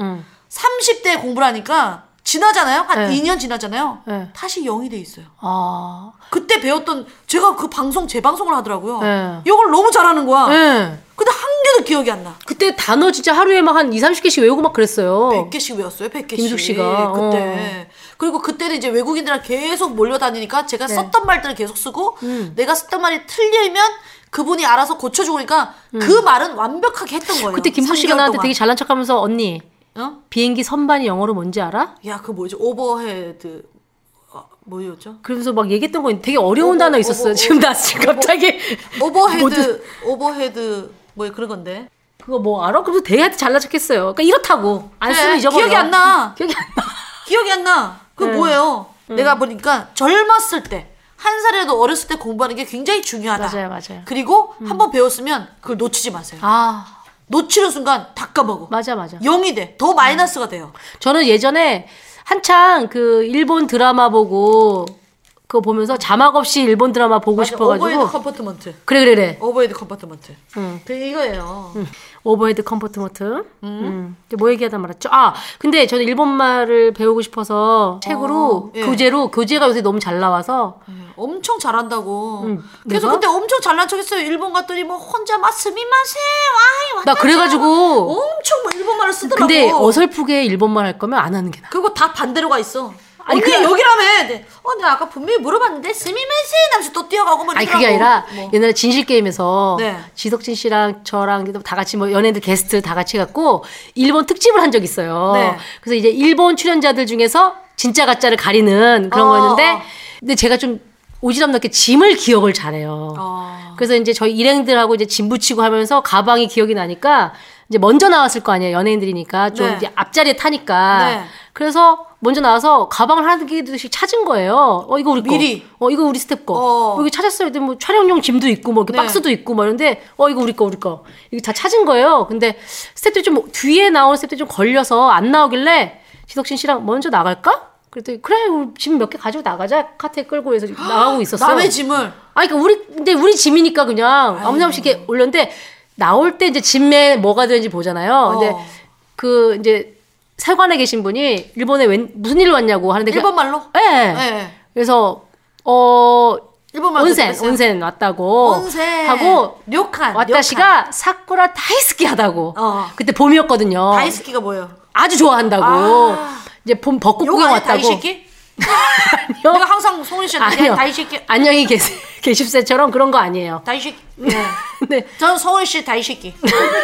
Speaker 3: 30대에 공부를 하니까 지나잖아요. 한
Speaker 2: 음. 네.
Speaker 3: 2년 지나잖아요.
Speaker 2: 네.
Speaker 3: 다시 0이 돼 있어요.
Speaker 2: 아,
Speaker 3: 그때 배웠던 제가 그 방송 재방송을 하더라고요.
Speaker 2: 네.
Speaker 3: 이걸 너무 잘하는 거야.
Speaker 2: 예.
Speaker 3: 근데 한 개도 기억이 안 나.
Speaker 2: 그때 단어 진짜 하루에 막 한 2, 30개씩 외우고 막 그랬어요.
Speaker 3: 100개씩 외웠어요, 100개씩.
Speaker 2: 김숙 씨가, 어.
Speaker 3: 그때. 그리고 그때는 이제 외국인들이랑 계속 몰려다니니까 제가
Speaker 2: 네.
Speaker 3: 썼던 말들을 계속 쓰고
Speaker 2: 음.
Speaker 3: 내가 썼던 말이 틀리면 그분이 알아서 고쳐주니까 그 말은 완벽하게 했던 거예요.
Speaker 2: 음. 그때 김숙 씨가
Speaker 3: 3개월
Speaker 2: 나한테
Speaker 3: 동안.
Speaker 2: 되게 잘난 척하면서 언니
Speaker 3: 어?
Speaker 2: 비행기 선반이 영어로 뭔지 알아?
Speaker 3: 야, 그 뭐지? 오버헤드. 어, 뭐였죠?
Speaker 2: 그러면서 막 얘기했던 거 되게 어려운 단어 있었어요. 지금 나 지금 갑자기
Speaker 3: 오버헤드
Speaker 2: 뭐든-
Speaker 3: 오버헤드 뭐 그런 건데.
Speaker 2: 그거 뭐 알아? 그러면서 대한테 잘난 척했어요. 그러니까 이렇다고 안 쓰면
Speaker 3: 그래,
Speaker 2: 잊어버려.
Speaker 3: 네,
Speaker 2: 음.
Speaker 3: 기억이 안 나.
Speaker 2: 기억이 안 나.
Speaker 3: 기억이 안 나. 그거 뭐예요? 내가 보니까 젊었을 때, 한 살이라도 어렸을 때 공부하는 게 굉장히 중요하다.
Speaker 2: 맞아요, 맞아요.
Speaker 3: 그리고 한번 배웠으면 그걸 놓치지 마세요.
Speaker 2: 아
Speaker 3: 놓치는 순간 다 까먹어.
Speaker 2: 맞아 맞아.
Speaker 3: 0이 돼.
Speaker 2: 음.
Speaker 3: 더 마이너스가 돼요.
Speaker 2: 저는 예전에 한창 그 일본 드라마 보고 그거 보면서 자막 없이 일본 드라마 보고 싶어가지고
Speaker 3: 오버헤드 컴포트먼트.
Speaker 2: 그래 그래 그래
Speaker 3: 오버헤드 컴포트먼트.
Speaker 2: 응.
Speaker 3: 그 이거예요.
Speaker 2: 음. 오버헤드 컴포트먼트. 음. 근데 뭐 얘기하다 말았죠? 아 근데 저는 일본 말을 배우고 싶어서 책으로
Speaker 3: 예.
Speaker 2: 교재로 교재가 요새 너무 잘 나와서
Speaker 3: 엄청 잘한다고.
Speaker 2: 음. 내가?
Speaker 3: 계속 근데 엄청 잘난 척했어요. 일본 갔더니 뭐 혼자 막 스미마세 와이
Speaker 2: 나 그래가지고
Speaker 3: 엄청 뭐 일본말을 쓰더라고.
Speaker 2: 근데 어설프게 일본말 할 거면 안 하는 게 나.
Speaker 3: 그거 다 반대로 가 있어.
Speaker 2: 아니,
Speaker 3: 아니
Speaker 2: 그게-
Speaker 3: 그게 여기라며. 네. 어, 내가 아까 분명히 물어봤는데 스미마세 남씨 또 뛰어가고 막.
Speaker 2: 아니 그게
Speaker 3: 이러더라고.
Speaker 2: 아니라 예.
Speaker 3: 뭐.
Speaker 2: 옛날에 진실 게임에서
Speaker 3: 네.
Speaker 2: 지석진 씨랑 저랑 다 같이 뭐 연예인들 게스트 다 같이 해갖고 일본 특집을 한 적 있어요.
Speaker 3: 네.
Speaker 2: 그래서 이제 일본 출연자들 중에서 진짜 가짜를 가리는 그런
Speaker 3: 어,
Speaker 2: 거였는데
Speaker 3: 어.
Speaker 2: 근데 제가 좀 오지랖 넓게 짐을 기억을 잘해요.
Speaker 3: 어.
Speaker 2: 그래서 이제 저희 일행들하고 이제 짐 붙이고 하면서 가방이 기억이 나니까 이제 먼저 나왔을 거 아니에요 연예인들이니까 좀
Speaker 3: 네.
Speaker 2: 이제 앞자리에 타니까
Speaker 3: 네.
Speaker 2: 그래서 먼저 나와서 가방을 한 개씩 찾은 거예요. 어 이거 우리
Speaker 3: 미리.
Speaker 2: 거. 어 이거 우리 스텝 거.
Speaker 3: 어.
Speaker 2: 어, 이거 찾았어요. 근데 뭐 촬영용 짐도 있고 뭐 이렇게
Speaker 3: 네.
Speaker 2: 박스도 있고 막 이런데 어 이거 우리 거 우리 거 이거 다 찾은 거예요. 근데 스텝들 좀 뒤에 나오는 스텝들 좀 걸려서 안 나오길래 지석진 씨랑 먼저 나갈까? 그랬더니 그래 짐 몇 개 가지고 나가자 카트에 끌고 해서 나가고 있었어요.
Speaker 3: 남의 짐을
Speaker 2: 아니 그러니까 우리 근데 우리 짐이니까 그냥 아무나 없이 이렇게 올렸는데 나올 때 이제 짐에 뭐가 되는지 보잖아요. 근데
Speaker 3: 어.
Speaker 2: 그 이제 세관에 계신 분이 일본에 웬, 무슨 일로 왔냐고 하는데 그냥-
Speaker 3: 일본말로.
Speaker 2: 예.
Speaker 3: 예.
Speaker 2: 그래서 어
Speaker 3: 일본말로.
Speaker 2: 온센
Speaker 3: 대답했어요.
Speaker 2: 온센 왔다고
Speaker 3: 온센.
Speaker 2: 하고
Speaker 3: 료칸. 료칸.
Speaker 2: 왔다시가 사쿠라 다이스키하다고
Speaker 3: 어.
Speaker 2: 그때 봄이었거든요.
Speaker 3: 다이스키가 뭐예요?
Speaker 2: 아주 좋아한다고
Speaker 3: 아.
Speaker 2: 이제 봄 벚꽃
Speaker 3: 요거
Speaker 2: 구경
Speaker 3: 아니야,
Speaker 2: 왔다고.
Speaker 3: 다이시키?
Speaker 2: 아니요.
Speaker 3: 내가 항상 송은 씨한테
Speaker 2: 아니요.
Speaker 3: 그냥 다이시키
Speaker 2: 안녕히 계세, 계십세처럼 그런 거 아니에요.
Speaker 3: 다이시키. 네.
Speaker 2: 근데
Speaker 3: 저는 서울 씨 다이시키.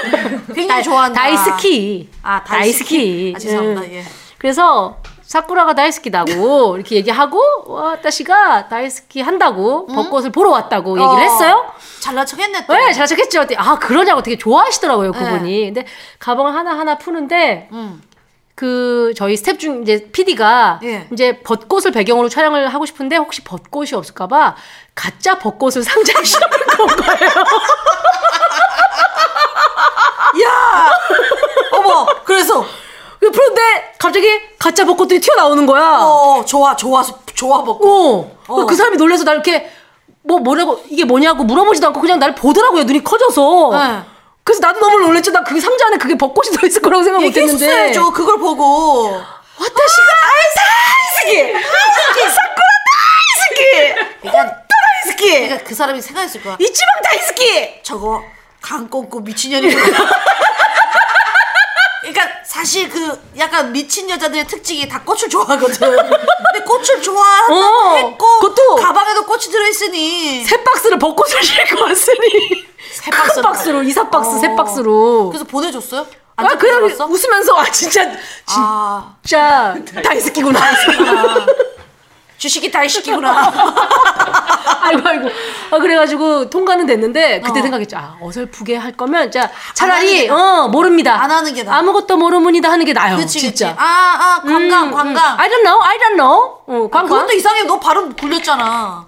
Speaker 3: 굉장히 좋아한다.
Speaker 2: 네, 다이스키.
Speaker 3: 아, 다이스키. 아, 죄송합니다.
Speaker 2: 예.
Speaker 3: 예.
Speaker 2: 그래서 사쿠라가 다이스키다고 이렇게 얘기하고 와타시가 다이스키 한다고 벚꽃을 보러 왔다고 얘기를
Speaker 3: 음? 어,
Speaker 2: 했어요.
Speaker 3: 잘난 척했네 또.
Speaker 2: 네, 잘 착했죠. 아 그러냐고 되게 좋아하시더라고요 그분이.
Speaker 3: 네.
Speaker 2: 근데 가방을 하나 하나 푸는데
Speaker 3: 음.
Speaker 2: 그 저희 스텝 중 이제 PD가
Speaker 3: 예.
Speaker 2: 이제 벚꽃을 배경으로 촬영을 하고 싶은데 혹시 벚꽃이 없을까봐 가짜 벚꽃을 상자에 실어놓고 온 거예요.
Speaker 3: 야! 어머, 그래서
Speaker 2: 그런데 갑자기 가짜 벚꽃들이 튀어나오는 거야.
Speaker 3: 어, 좋아, 좋아, 좋아 먹고.
Speaker 2: 어.
Speaker 3: 어.
Speaker 2: 그 사람이 놀라서 나 이렇게 뭐 뭐라고 이게 뭐냐고 물어보지도 않고 그냥 날 보더라고요 눈이 커져서.
Speaker 3: 네.
Speaker 2: 그래서 나도 너무 놀랐죠. 나 그 상자 안에 그게 벚꽃이 들어 있을 거라고 생각 못했는데.
Speaker 3: 얘기했어야죠. 아. 그걸 보고.
Speaker 2: 와타시가 아,
Speaker 3: 다이스키! 다이스키! 사쿠라 다이스키! 이건 다이스키! 그러니까 그 사람이 생각했을 거야.
Speaker 2: 이치방 다이스키.
Speaker 3: 저거 강꽁꾸 미친년이구나. 그러니까 사실 그 약간 미친 여자들의 특징이 다 꽃을 좋아하거든. 근데 꽃을 좋아한다고
Speaker 2: 어,
Speaker 3: 했고
Speaker 2: 그것도-
Speaker 3: 가방에도 꽃이 들어있으니
Speaker 2: 세 박스를 벚꽃을 실고 왔으니.
Speaker 3: 세
Speaker 2: 큰
Speaker 3: 박스는-
Speaker 2: 박스로 이사 박스
Speaker 3: 어.
Speaker 2: 세 박스로.
Speaker 3: 그래서 보내줬어요? 안
Speaker 2: 아 그냥
Speaker 3: 들었어?
Speaker 2: 웃으면서 아 진짜
Speaker 3: 아,
Speaker 2: 진짜 다이스키구나.
Speaker 3: 주식이 다이시키구나.
Speaker 2: 아이고 아이고. 아 그래가지고 통과는 됐는데 그때
Speaker 3: 어.
Speaker 2: 생각했죠. 아 어설프게 할 거면 자 차라리
Speaker 3: 하는 게
Speaker 2: 어 모릅니다.
Speaker 3: 안 하는 게 나아.
Speaker 2: 아무것도 모르문이다 하는 게 나요.
Speaker 3: 그치, 그치.
Speaker 2: 진짜. 음,
Speaker 3: 아, 아, 관광, 관광.
Speaker 2: I don't know. I don't know. 어, 관광.
Speaker 3: 아, 그것도 이상해. 너 발음 굴렸잖아.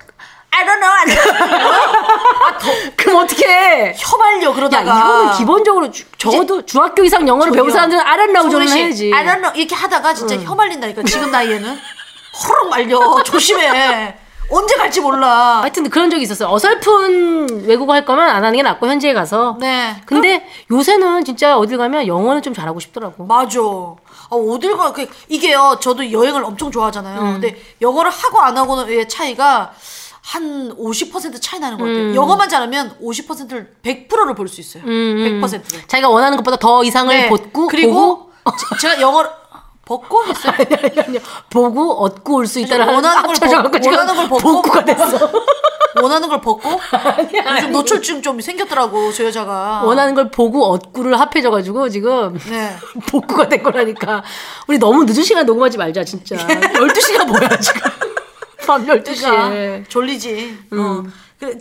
Speaker 3: I don't know. I don't know.
Speaker 2: 그럼 어떻게 해?
Speaker 3: 혀발려,
Speaker 2: 야
Speaker 3: 그러다가.
Speaker 2: 이거는 기본적으로 주, 적어도 중학교 이상 영어를 배운
Speaker 3: 저기요.
Speaker 2: 사람들은 I don't know 정도는
Speaker 3: 소민 씨,
Speaker 2: 해야지.
Speaker 3: I don't know. 이렇게 하다가 진짜 혀 말린다니까. 그러니까 지금 나이에는. 허럭 말려. 조심해. 언제 갈지 몰라.
Speaker 2: 하여튼 그런 적이 있었어요. 어설픈 외국어 할 거면 안 하는 게 낫고 현지에 가서.
Speaker 3: 네.
Speaker 2: 근데 요새는 진짜 어딜 가면 영어는 좀 잘하고 싶더라고.
Speaker 3: 맞아. 아, 어딜 가, 그, 이게요, 저도 여행을 엄청 좋아하잖아요.
Speaker 2: 음.
Speaker 3: 근데 영어를 하고 안 하고의 차이가 한 50% 차이 나는 것
Speaker 2: 음.
Speaker 3: 같아요. 영어만 잘하면 50%를 100%를 볼 수 있어요. 100%를.
Speaker 2: 자기가 원하는 것보다 더 이상을
Speaker 3: 네.
Speaker 2: 음, 벗고
Speaker 3: 그리고
Speaker 2: 보고
Speaker 3: 제- 제가 영어를 벗고 했어요.
Speaker 2: 아니, 네. 아니, 보고 얻고 올 수 있다는
Speaker 3: 원하는 걸 벗-
Speaker 2: 합쳐져갖고 지금
Speaker 3: 원하는 걸 벗고
Speaker 2: 복구가 됐어.
Speaker 3: 원하는 걸 벗고
Speaker 2: 아니.
Speaker 3: 요즘 노출증 좀 생겼더라고 저 여자가.
Speaker 2: 원하는 걸 보고 얻고를 합해져가지고 지금
Speaker 3: 네.
Speaker 2: 복구가
Speaker 3: 예.
Speaker 2: 된 거라니까. 우리 너무 늦은 시간 녹음하지 말자 진짜. 12시가 뭐야 지금. 밤 12시에.
Speaker 3: 그러니까 졸리지.
Speaker 2: 음.
Speaker 3: 어. 그래,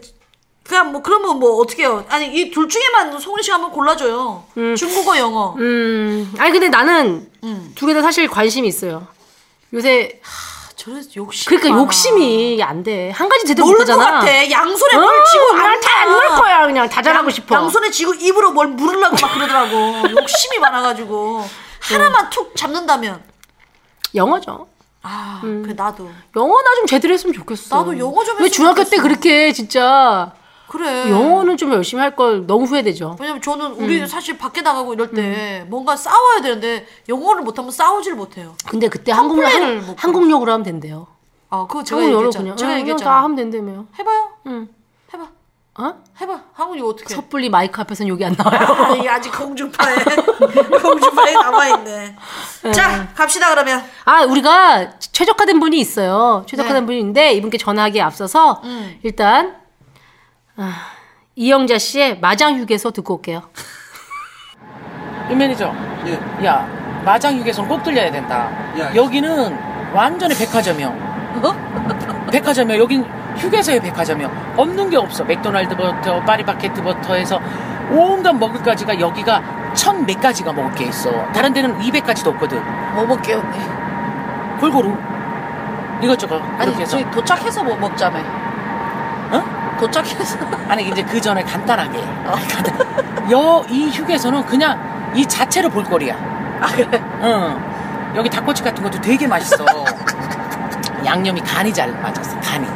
Speaker 3: 그냥 뭐 그러면 뭐 어떻게 해요? 아니 이 둘 중에만 송은 씨가 한번 골라줘요. 중국어, 영어.
Speaker 2: 음, 아니 근데 나는
Speaker 3: 음.
Speaker 2: 두 개 다 사실 관심이 있어요. 요새
Speaker 3: 저래 욕심.
Speaker 2: 그러니까
Speaker 3: 많아.
Speaker 2: 욕심이 이게 안 돼. 한 가지 제대로 못
Speaker 3: 모를 것
Speaker 2: 하잖아.
Speaker 3: 같아. 양손에
Speaker 2: 어,
Speaker 3: 뭘 쥐고
Speaker 2: 아, 잘안 놀 거야 그냥 다 잘하고 싶어.
Speaker 3: 양손에 쥐고 입으로 뭘 물으려고 막 그러더라고. 욕심이 많아가지고
Speaker 2: 음.
Speaker 3: 하나만 툭 잡는다면.
Speaker 2: 영어죠.
Speaker 3: 아,
Speaker 2: 음.
Speaker 3: 그래 나도
Speaker 2: 영어 나 좀 제대로 했으면 좋겠어.
Speaker 3: 나도 영어 좀
Speaker 2: 왜
Speaker 3: 했으면
Speaker 2: 중학교 때
Speaker 3: 좋겠어.
Speaker 2: 그렇게 진짜
Speaker 3: 그래.
Speaker 2: 영어는 좀 열심히 할 걸 너무 후회되죠.
Speaker 3: 왜냐면 저는 우리 사실 밖에 나가고 이럴 때 뭔가 싸워야 되는데 영어를 못하면 싸우질 못해요.
Speaker 2: 근데 그때 한국말
Speaker 3: 플레이를
Speaker 2: 한-
Speaker 3: 못
Speaker 2: 한국역으로 하면 된대요.
Speaker 3: 아 그거 제가
Speaker 2: 한국역으로
Speaker 3: 얘기했잖아.
Speaker 2: 그냥 응,
Speaker 3: 제가
Speaker 2: 그냥
Speaker 3: 얘기했잖아.
Speaker 2: 다 하면 된다며요.
Speaker 3: 해봐요.
Speaker 2: 응.
Speaker 3: 해봐.
Speaker 2: 어?
Speaker 3: 해봐. 한국 이거 어떻게? 해?
Speaker 2: 섣불리 마이크 앞에서는 욕이 안 나와요.
Speaker 3: 아, 이게 아직 공중파에 공중파에 남아 있네. 자 갑시다 그러면.
Speaker 2: 아, 우리가 최적화된 분이 있어요. 최적화된
Speaker 3: 네.
Speaker 2: 분인데 이분께 전화하기에 앞서서
Speaker 3: 음.
Speaker 2: 일단 아, 이영자 씨의 마장 휴게소 듣고 올게요.
Speaker 5: 이 매니저,
Speaker 8: 예,
Speaker 5: 야 마장 휴게소는 꼭 들려야 된다.
Speaker 8: 예, 알겠습니다.
Speaker 5: 여기는 완전히 백화점이야.
Speaker 6: 어?
Speaker 5: 백화점이야. 여긴 휴게소의 백화점이야. 없는 게 없어. 맥도날드부터 파리바게트부터 해서 온갖 먹을 가지가 여기가 천 몇 가지가 먹을 게 있어. 다른 데는 200가지도 없거든.
Speaker 6: 뭐 먹게 언니?
Speaker 5: 골고루 이것저것
Speaker 6: 아니
Speaker 5: 이렇게 해서
Speaker 6: 저희 도착해서 뭐 먹자며. 어? 도착해서.
Speaker 5: 아니 이제 그 전에 간단하게 여이 휴게소는 그냥 이 자체로 볼거리야
Speaker 6: 아,
Speaker 5: 응 여기 닭꼬치 같은 것도 되게 맛있어 양념이 간이 잘 맞았어 간이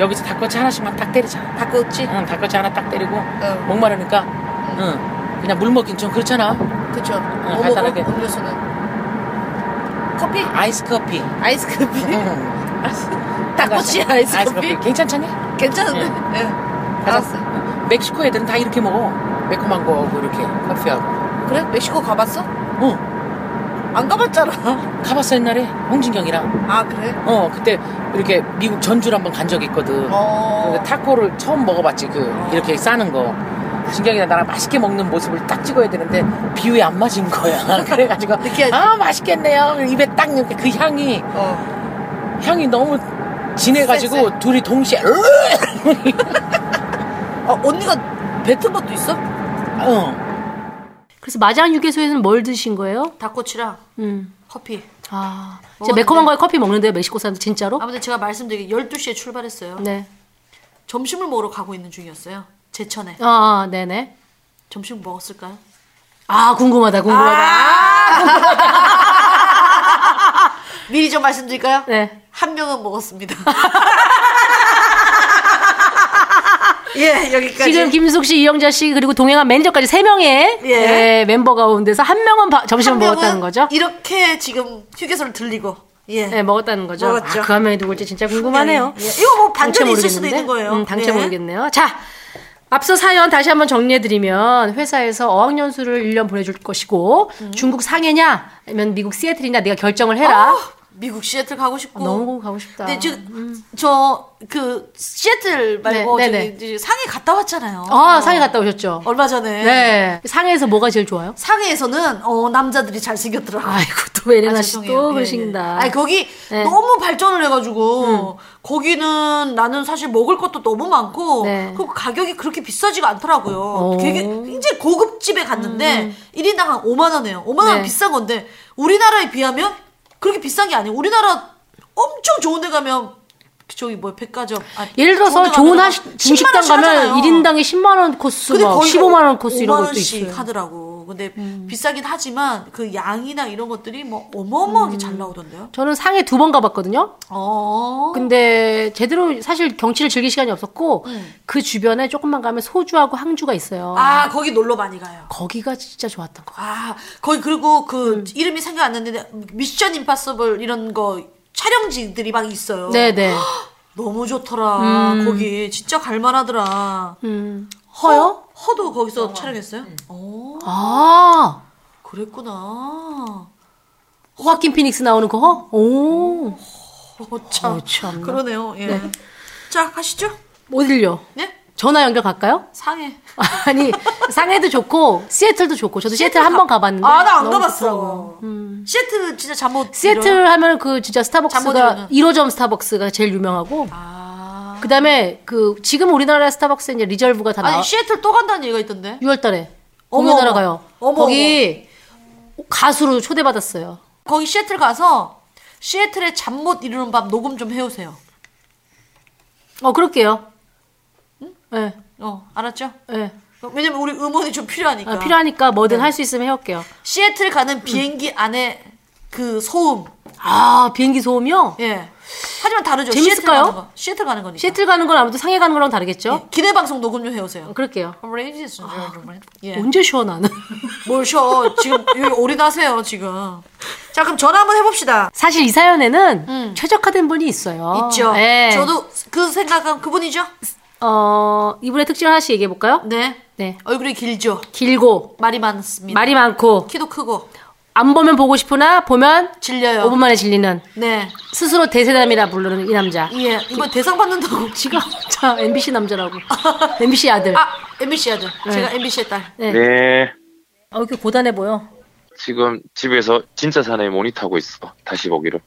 Speaker 5: 여기서 닭꼬치 하나씩만 딱 때리자
Speaker 6: 닭꼬치. 어.
Speaker 5: 응 닭꼬치 하나 딱 때리고
Speaker 6: 응.
Speaker 5: 목마르니까 응 그냥 물 먹긴 좀 그렇잖아
Speaker 6: 그쵸. 뭐
Speaker 5: 간단하게.
Speaker 6: 먹어? 음료수는 커피.
Speaker 5: 아이스 커피
Speaker 6: 아이스 커피.
Speaker 5: 응.
Speaker 6: 닭꼬치 아이스 커피.
Speaker 5: 괜찮잖니
Speaker 6: 괜찮은데. 예.
Speaker 3: 네. 아,
Speaker 6: 알았어.
Speaker 5: 멕시코 애들은 다 이렇게 먹어 매콤한 거하고 이렇게 커피하고
Speaker 6: 그래? 멕시코 가봤어?
Speaker 5: 응
Speaker 6: 안 가봤잖아.
Speaker 5: 가봤어 옛날에 홍진경이랑
Speaker 6: 아 그래?
Speaker 5: 어 그때 이렇게 미국 전주를 한번 간 적이 있거든
Speaker 6: 어.
Speaker 5: 근데 타코를 처음 먹어봤지 그 이렇게 싸는 거 진경이랑 나랑 맛있게 먹는 모습을 딱 찍어야 되는데 비유에 안 맞은 거야 그래가지고
Speaker 6: 느끼하지?
Speaker 5: 아 맛있겠네요 입에 딱 이렇게 그 향이
Speaker 6: 어.
Speaker 5: 향이 너무 진해가지고
Speaker 6: 쎄쎄.
Speaker 5: 둘이 동시에
Speaker 6: 어 언니가 뱉은 것도 있어?
Speaker 5: 어
Speaker 2: 그래서 마장 휴게소에서는 뭘 드신 거예요?
Speaker 3: 닭꼬치랑
Speaker 2: 음.
Speaker 3: 커피.
Speaker 2: 아, 진짜
Speaker 3: 먹었는데.
Speaker 2: 매콤한 거에 커피 먹는데요, 멕시코 사람들 진짜로?
Speaker 3: 아무튼 제가 말씀드린 12시에 출발했어요.
Speaker 2: 네.
Speaker 3: 점심을 먹으러 가고 있는 중이었어요. 제천에.
Speaker 2: 아, 아, 네네.
Speaker 3: 점심 먹었을까요?
Speaker 2: 아, 궁금하다,
Speaker 3: 아,
Speaker 2: 궁금하다.
Speaker 3: 미리 좀 말씀드릴까요?
Speaker 2: 네.
Speaker 3: 한 명은 먹었습니다. 예, 여기까지.
Speaker 2: 지금 김숙 씨, 이영자 씨 그리고 동행한 매니저까지 세 명의
Speaker 3: 예.
Speaker 2: 예, 멤버 가운데서 한 명은 바- 점심을
Speaker 3: 한 명은
Speaker 2: 먹었다는 거죠?
Speaker 3: 이렇게 지금 휴게소를 들리고. 예.
Speaker 2: 네, 먹었다는 거죠.
Speaker 3: 먹었죠.
Speaker 2: 아, 그 화면이 누굴지 진짜 궁금하네요.
Speaker 3: 예, 예. 이거 뭐 반전이
Speaker 2: 당최
Speaker 3: 있을 수도
Speaker 2: 모르겠는데?
Speaker 3: 있는 거예요.
Speaker 2: 음, 당최
Speaker 3: 예.
Speaker 2: 모르겠네요. 자, 앞서 사연 다시 한번 정리해드리면 회사에서 어학연수를 1년 보내줄 것이고
Speaker 3: 음.
Speaker 2: 중국 상해냐 아니면 미국 시애틀이냐 네가 결정을 해라.
Speaker 3: 아, 미국 시애틀 가고 아, 싶고.
Speaker 2: 너무 가고 싶다.
Speaker 3: 근데 지금 저그 시애틀 말고
Speaker 2: 네,
Speaker 3: 저기
Speaker 2: 네,
Speaker 3: 이제 상해 갔다 왔잖아요.
Speaker 2: 아, 상해 갔다 오셨죠?
Speaker 3: 얼마 전에.
Speaker 2: 네. 상해에서 뭐가 제일 좋아요?
Speaker 3: 상해에서는 어, 남자들이 잘생겼더라고요.
Speaker 2: 아이고, 또 에레나
Speaker 3: 아,
Speaker 2: 씨
Speaker 3: 죄송해요.
Speaker 2: 또
Speaker 3: 예,
Speaker 2: 그러신다.
Speaker 3: 예. 아니 거기
Speaker 2: 네. 음.
Speaker 3: 너무 발전을 해가지고 거기는 나는 사실 먹을 것도 너무 많고
Speaker 2: 네. 어.
Speaker 3: 그리고 가격이 그렇게 비싸지가 않더라고요. 되게 굉장히 고급집에 갔는데 1인당 한 5만 원이에요. 5만 원
Speaker 2: 음. 네.
Speaker 3: 은 비싼 건데 우리나라에 비하면 그렇게 비싼 게 아니에요. 우리나라 엄청 좋은 데 가면 저기 뭐 백화점 아니,
Speaker 2: 예를 들어서 좋은
Speaker 3: 좋은 데
Speaker 2: 하
Speaker 3: 가면 10만
Speaker 2: 중식당
Speaker 3: 원씩
Speaker 2: 가면
Speaker 3: 하잖아요.
Speaker 2: 1인당에 10만 원 코스
Speaker 3: 근데
Speaker 2: 막
Speaker 3: 거의
Speaker 2: 15만 원 코스 이런 것도
Speaker 3: 5만 원씩
Speaker 2: 있어요. 음.
Speaker 3: 하더라고. 근데 비싸긴 하지만 그 양이나 이런 것들이 뭐
Speaker 2: 음.
Speaker 3: 어마어마하게 잘 나오던데요.
Speaker 2: 저는 상해 두 번 가봤거든요.
Speaker 3: 어.
Speaker 2: 근데 제대로 사실 경치를 즐길 시간이 없었고 그 주변에 조금만 가면 소주하고 항주가 있어요.
Speaker 3: 음. 아 거기 놀러 많이 가요.
Speaker 2: 거기가 진짜 좋았던 것 같아요.
Speaker 3: 아 거기 그리고 그
Speaker 2: 음.
Speaker 3: 이름이 생각 안 나는데 미션 임파서블 이런 거 촬영지들이 막 있어요.
Speaker 2: 네네.
Speaker 3: 너무 좋더라. 거기 진짜 갈만하더라.
Speaker 2: 음.
Speaker 3: 허요? 허도 거기서 촬영했어요? 어
Speaker 2: 아
Speaker 3: 그랬구나.
Speaker 2: 호아킨 피닉스 나오는 거? 허? 오.
Speaker 3: 어참
Speaker 2: 참나. 네.
Speaker 3: 그러네요. 예. 자 가시죠.
Speaker 2: 어딜요?
Speaker 3: 네.
Speaker 2: 전화 연결 갈까요?
Speaker 3: 상해.
Speaker 2: 아니 상해도 좋고 시애틀도 좋고 저도 시애틀 한 번 가봤는데
Speaker 3: 아, 나 안
Speaker 2: 너무
Speaker 3: 가봤어. 시애틀은 진짜 잠못
Speaker 2: 음. 시애틀 하면 그 진짜 스타벅스가
Speaker 3: 잠버리로는. 아.
Speaker 2: 1호점 스타벅스가 제일 유명하고 그다음에 그 지금 우리나라 스타벅스 이제 리절브가 다 나와
Speaker 3: 아니, 시애틀 또 간다는 얘기가 있던데.
Speaker 2: 6월달에
Speaker 3: 어머,
Speaker 2: 공연하러
Speaker 3: 어머.
Speaker 2: 가요.
Speaker 3: 어머,
Speaker 2: 거기 가수로 초대받았어요.
Speaker 3: 거기 시애틀 가서 시애틀의 잠 못 이루는 밤 녹음 좀 해오세요.
Speaker 2: 어 그럴게요. 예,
Speaker 3: 어, 알았죠?
Speaker 2: 예.
Speaker 3: 왜냐면 우리 음원이 좀 필요하니까.
Speaker 2: 아, 필요하니까 음. 뭐든
Speaker 3: 네.
Speaker 2: 할 수 있으면 해올게요.
Speaker 3: 시애틀 가는 비행기 안에 그 소음.
Speaker 2: 아 비행기 소음이요?
Speaker 3: 예. 하지만 다르죠.
Speaker 2: 재밌을까요?
Speaker 3: 시애틀 가는 거. 시애틀 가는 거니까.
Speaker 2: 시애틀 가는 건 아무튼 상해 가는 거랑 다르겠죠? 어,
Speaker 3: 예. 기내 방송 녹음 좀 해오세요.
Speaker 2: 그럴게요.
Speaker 3: 레이지스
Speaker 2: 아.
Speaker 3: 예.
Speaker 2: 언제 쉬어 나는?
Speaker 3: 뭘 쉬어. 지금 여기 올인하세요, 지금. 자, 그럼 전화 한번 해봅시다.
Speaker 2: 사실 이 사연에는 최적화된 분이 있어요.
Speaker 3: 음. 있죠.
Speaker 2: 예.
Speaker 3: 저도 그 생각은 그분이죠?
Speaker 2: 어 이분의 특징을 하나씩 얘기해 볼까요?
Speaker 3: 네.
Speaker 2: 네.
Speaker 3: 얼굴이 길죠.
Speaker 2: 길고
Speaker 3: 말이 많습니다.
Speaker 2: 말이 많고
Speaker 3: 키도 크고
Speaker 2: 안 보면 보고 싶으나 보면
Speaker 3: 질려요.
Speaker 2: 5분 만에 질리는
Speaker 3: 네.
Speaker 2: 스스로 대세남이라 부르는 이 남자.
Speaker 3: 예. 이번
Speaker 2: 그
Speaker 3: 대상 받는다고.
Speaker 2: 지가 자 MBC 남자라고. MBC 아들.
Speaker 3: 아, MBC 아들. 제가 MBC의 딸.
Speaker 2: 네.
Speaker 8: 네.
Speaker 2: 아, 왜 이렇게 고단해 보여.
Speaker 8: 지금 집에서 진짜 사나이 모니터하고 있어. 다시 보기로.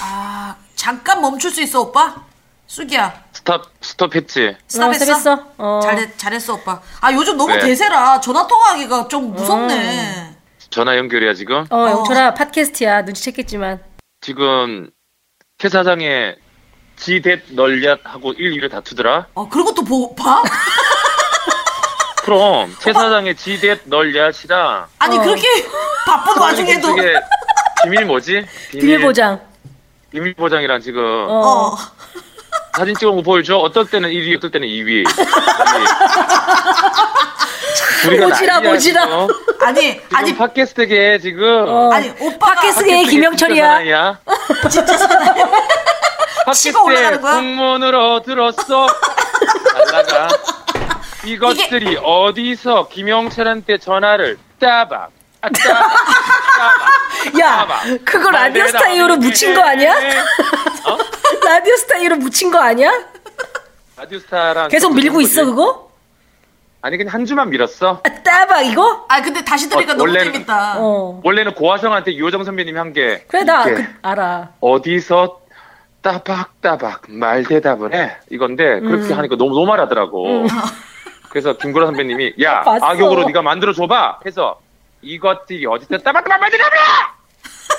Speaker 3: 아, 잠깐 멈출 수 있어, 오빠? 수기야.
Speaker 8: 스탑, 스톱했지?
Speaker 3: 스탑했어?
Speaker 2: 스탑했어. 어.
Speaker 3: 잘했, 잘했어, 오빠. 아, 요즘 너무
Speaker 8: 네.
Speaker 3: 대세라. 전화 통화하기가 좀 무섭네.
Speaker 8: 전화 연결이야, 지금?
Speaker 2: 어, 영철아 팟캐스트야. 눈치챘겠지만.
Speaker 8: 지금 최사장의 지댓 널렷 하고 1, 2를 다투더라?
Speaker 3: 어, 그런 것도 보, 봐?
Speaker 8: 그럼 최사장의 지댓 널렷이랑
Speaker 3: 아니,
Speaker 2: 어.
Speaker 3: 그렇게 바쁜 와중에도.
Speaker 8: 그게 비밀 뭐지?
Speaker 2: 비밀 보장.
Speaker 8: 비밀 보장이랑 지금
Speaker 3: 어.
Speaker 8: 사진 찍은 거 보여줘. 어떨 때는 1위, 어떨 때는 2위. 우리가
Speaker 2: 모지라,
Speaker 8: 난리야,
Speaker 2: 모지라. 어.
Speaker 8: 지금.
Speaker 3: 아니,
Speaker 8: 지금
Speaker 3: 아니,
Speaker 8: 팟캐스트계 지금
Speaker 3: 아니, 오빠가.
Speaker 2: 팟캐스트의 김영철이야.
Speaker 8: 진짜
Speaker 3: 치고 올라가는
Speaker 8: 팟캐스트의
Speaker 3: 거야?
Speaker 8: 공문으로 들었어. 날라가. 이것들이 어디서 김영철한테 전화를 따박. 아, 따박.
Speaker 2: 야,
Speaker 8: 봐봐.
Speaker 2: 그거 라디오 스타 이후로 묻힌 거 아니야?
Speaker 8: 어?
Speaker 2: 라디오 스타 이후로 묻힌 거 아니야?
Speaker 8: 라디오스타랑
Speaker 2: 계속 밀고
Speaker 8: 거지.
Speaker 2: 있어 그거?
Speaker 8: 아니 그냥 한 주만 밀었어.
Speaker 2: 아, 따박 이거?
Speaker 3: 아, 근데 다시 들으니까
Speaker 8: 어,
Speaker 3: 너무
Speaker 8: 원래는-
Speaker 3: 재밌다.
Speaker 2: 어.
Speaker 8: 원래는 고화성한테 유호정 선배님이 한 게
Speaker 2: 그래 나
Speaker 8: 이렇게
Speaker 2: 그, 알아.
Speaker 8: 어디서 따박따박 말대답을 해 이건데 그렇게 하니까 너무 노말하더라고. 그래서 김구라 선배님이 야
Speaker 2: 봤어.
Speaker 8: 악역으로 네가 만들어 줘봐 해서 이것들이 어디서 따박따박 말대답을 해!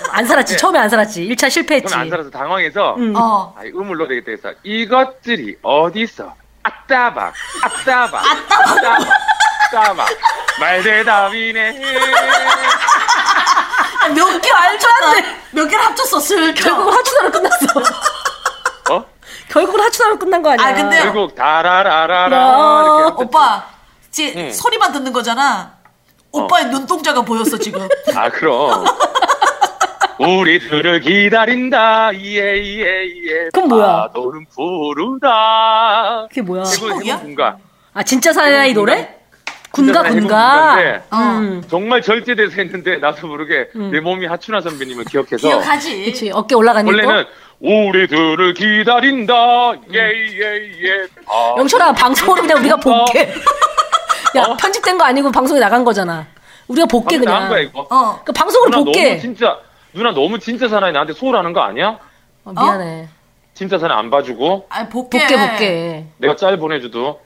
Speaker 2: 안 살았지. 처음에 안 살았지. 1차 실패했지.
Speaker 8: 그럼 안 살아서 당황해서
Speaker 3: 어.
Speaker 8: 아, 음울로 되겠다 해서 이것들이 어디서 아따박 아따박 아따박 아따박 말대답이네
Speaker 3: 아, 몇 개, 알죠? 몇 개를 합쳤어,
Speaker 2: 결국
Speaker 3: 슬쩍.
Speaker 2: 하추나로 끝났어.
Speaker 8: 어?
Speaker 2: 결국 하추나로 끝난 거 아니야?
Speaker 3: 아, 근데 어,
Speaker 8: 결국 다라라라라
Speaker 2: 야.
Speaker 8: 이렇게 했었지.
Speaker 3: 오빠, 지
Speaker 8: 예.
Speaker 3: 소리만 듣는 거잖아.
Speaker 8: 어.
Speaker 3: 오빠의 눈동자가 보였어, 지금.
Speaker 8: 아 그럼 우리들을 기다린다 예예예
Speaker 2: 그건 뭐야?
Speaker 8: 파도는 부르다
Speaker 2: 그게 뭐야?
Speaker 8: 해군
Speaker 3: 신곡이야?
Speaker 8: 해군 군가
Speaker 2: 아 진짜 사나이 노래? 군가
Speaker 8: 음. 해군
Speaker 2: 군가.
Speaker 8: 군가인데
Speaker 3: 어.
Speaker 2: 음.
Speaker 8: 정말 절제돼서 했는데 나도 모르게 내 몸이 하춘아 선배님을 기억해서
Speaker 3: 기억하지.
Speaker 2: 그치 어깨 올라간 일도.
Speaker 8: 원래는 우리들을 기다린다 예예예 아,
Speaker 2: 음. 영철아 방송으로 그냥 우리가 복게. 야
Speaker 8: 어?
Speaker 2: 편집된 거 아니고 방송에 나간 거잖아. 우리가 복게
Speaker 8: 방금
Speaker 2: 그냥.
Speaker 8: 나온 거야 이거
Speaker 3: 어.
Speaker 2: 그 방송으로
Speaker 8: 누나 너무
Speaker 2: 복게.
Speaker 8: 진짜 누나 너무 진짜 사나이 나한테 소홀하는 거 아니야?
Speaker 2: 어, 미안해.
Speaker 8: 진짜 사나이 안 봐주고
Speaker 3: 아니, 복게.
Speaker 2: 복게 복게.
Speaker 8: 내가 짤 보내줘도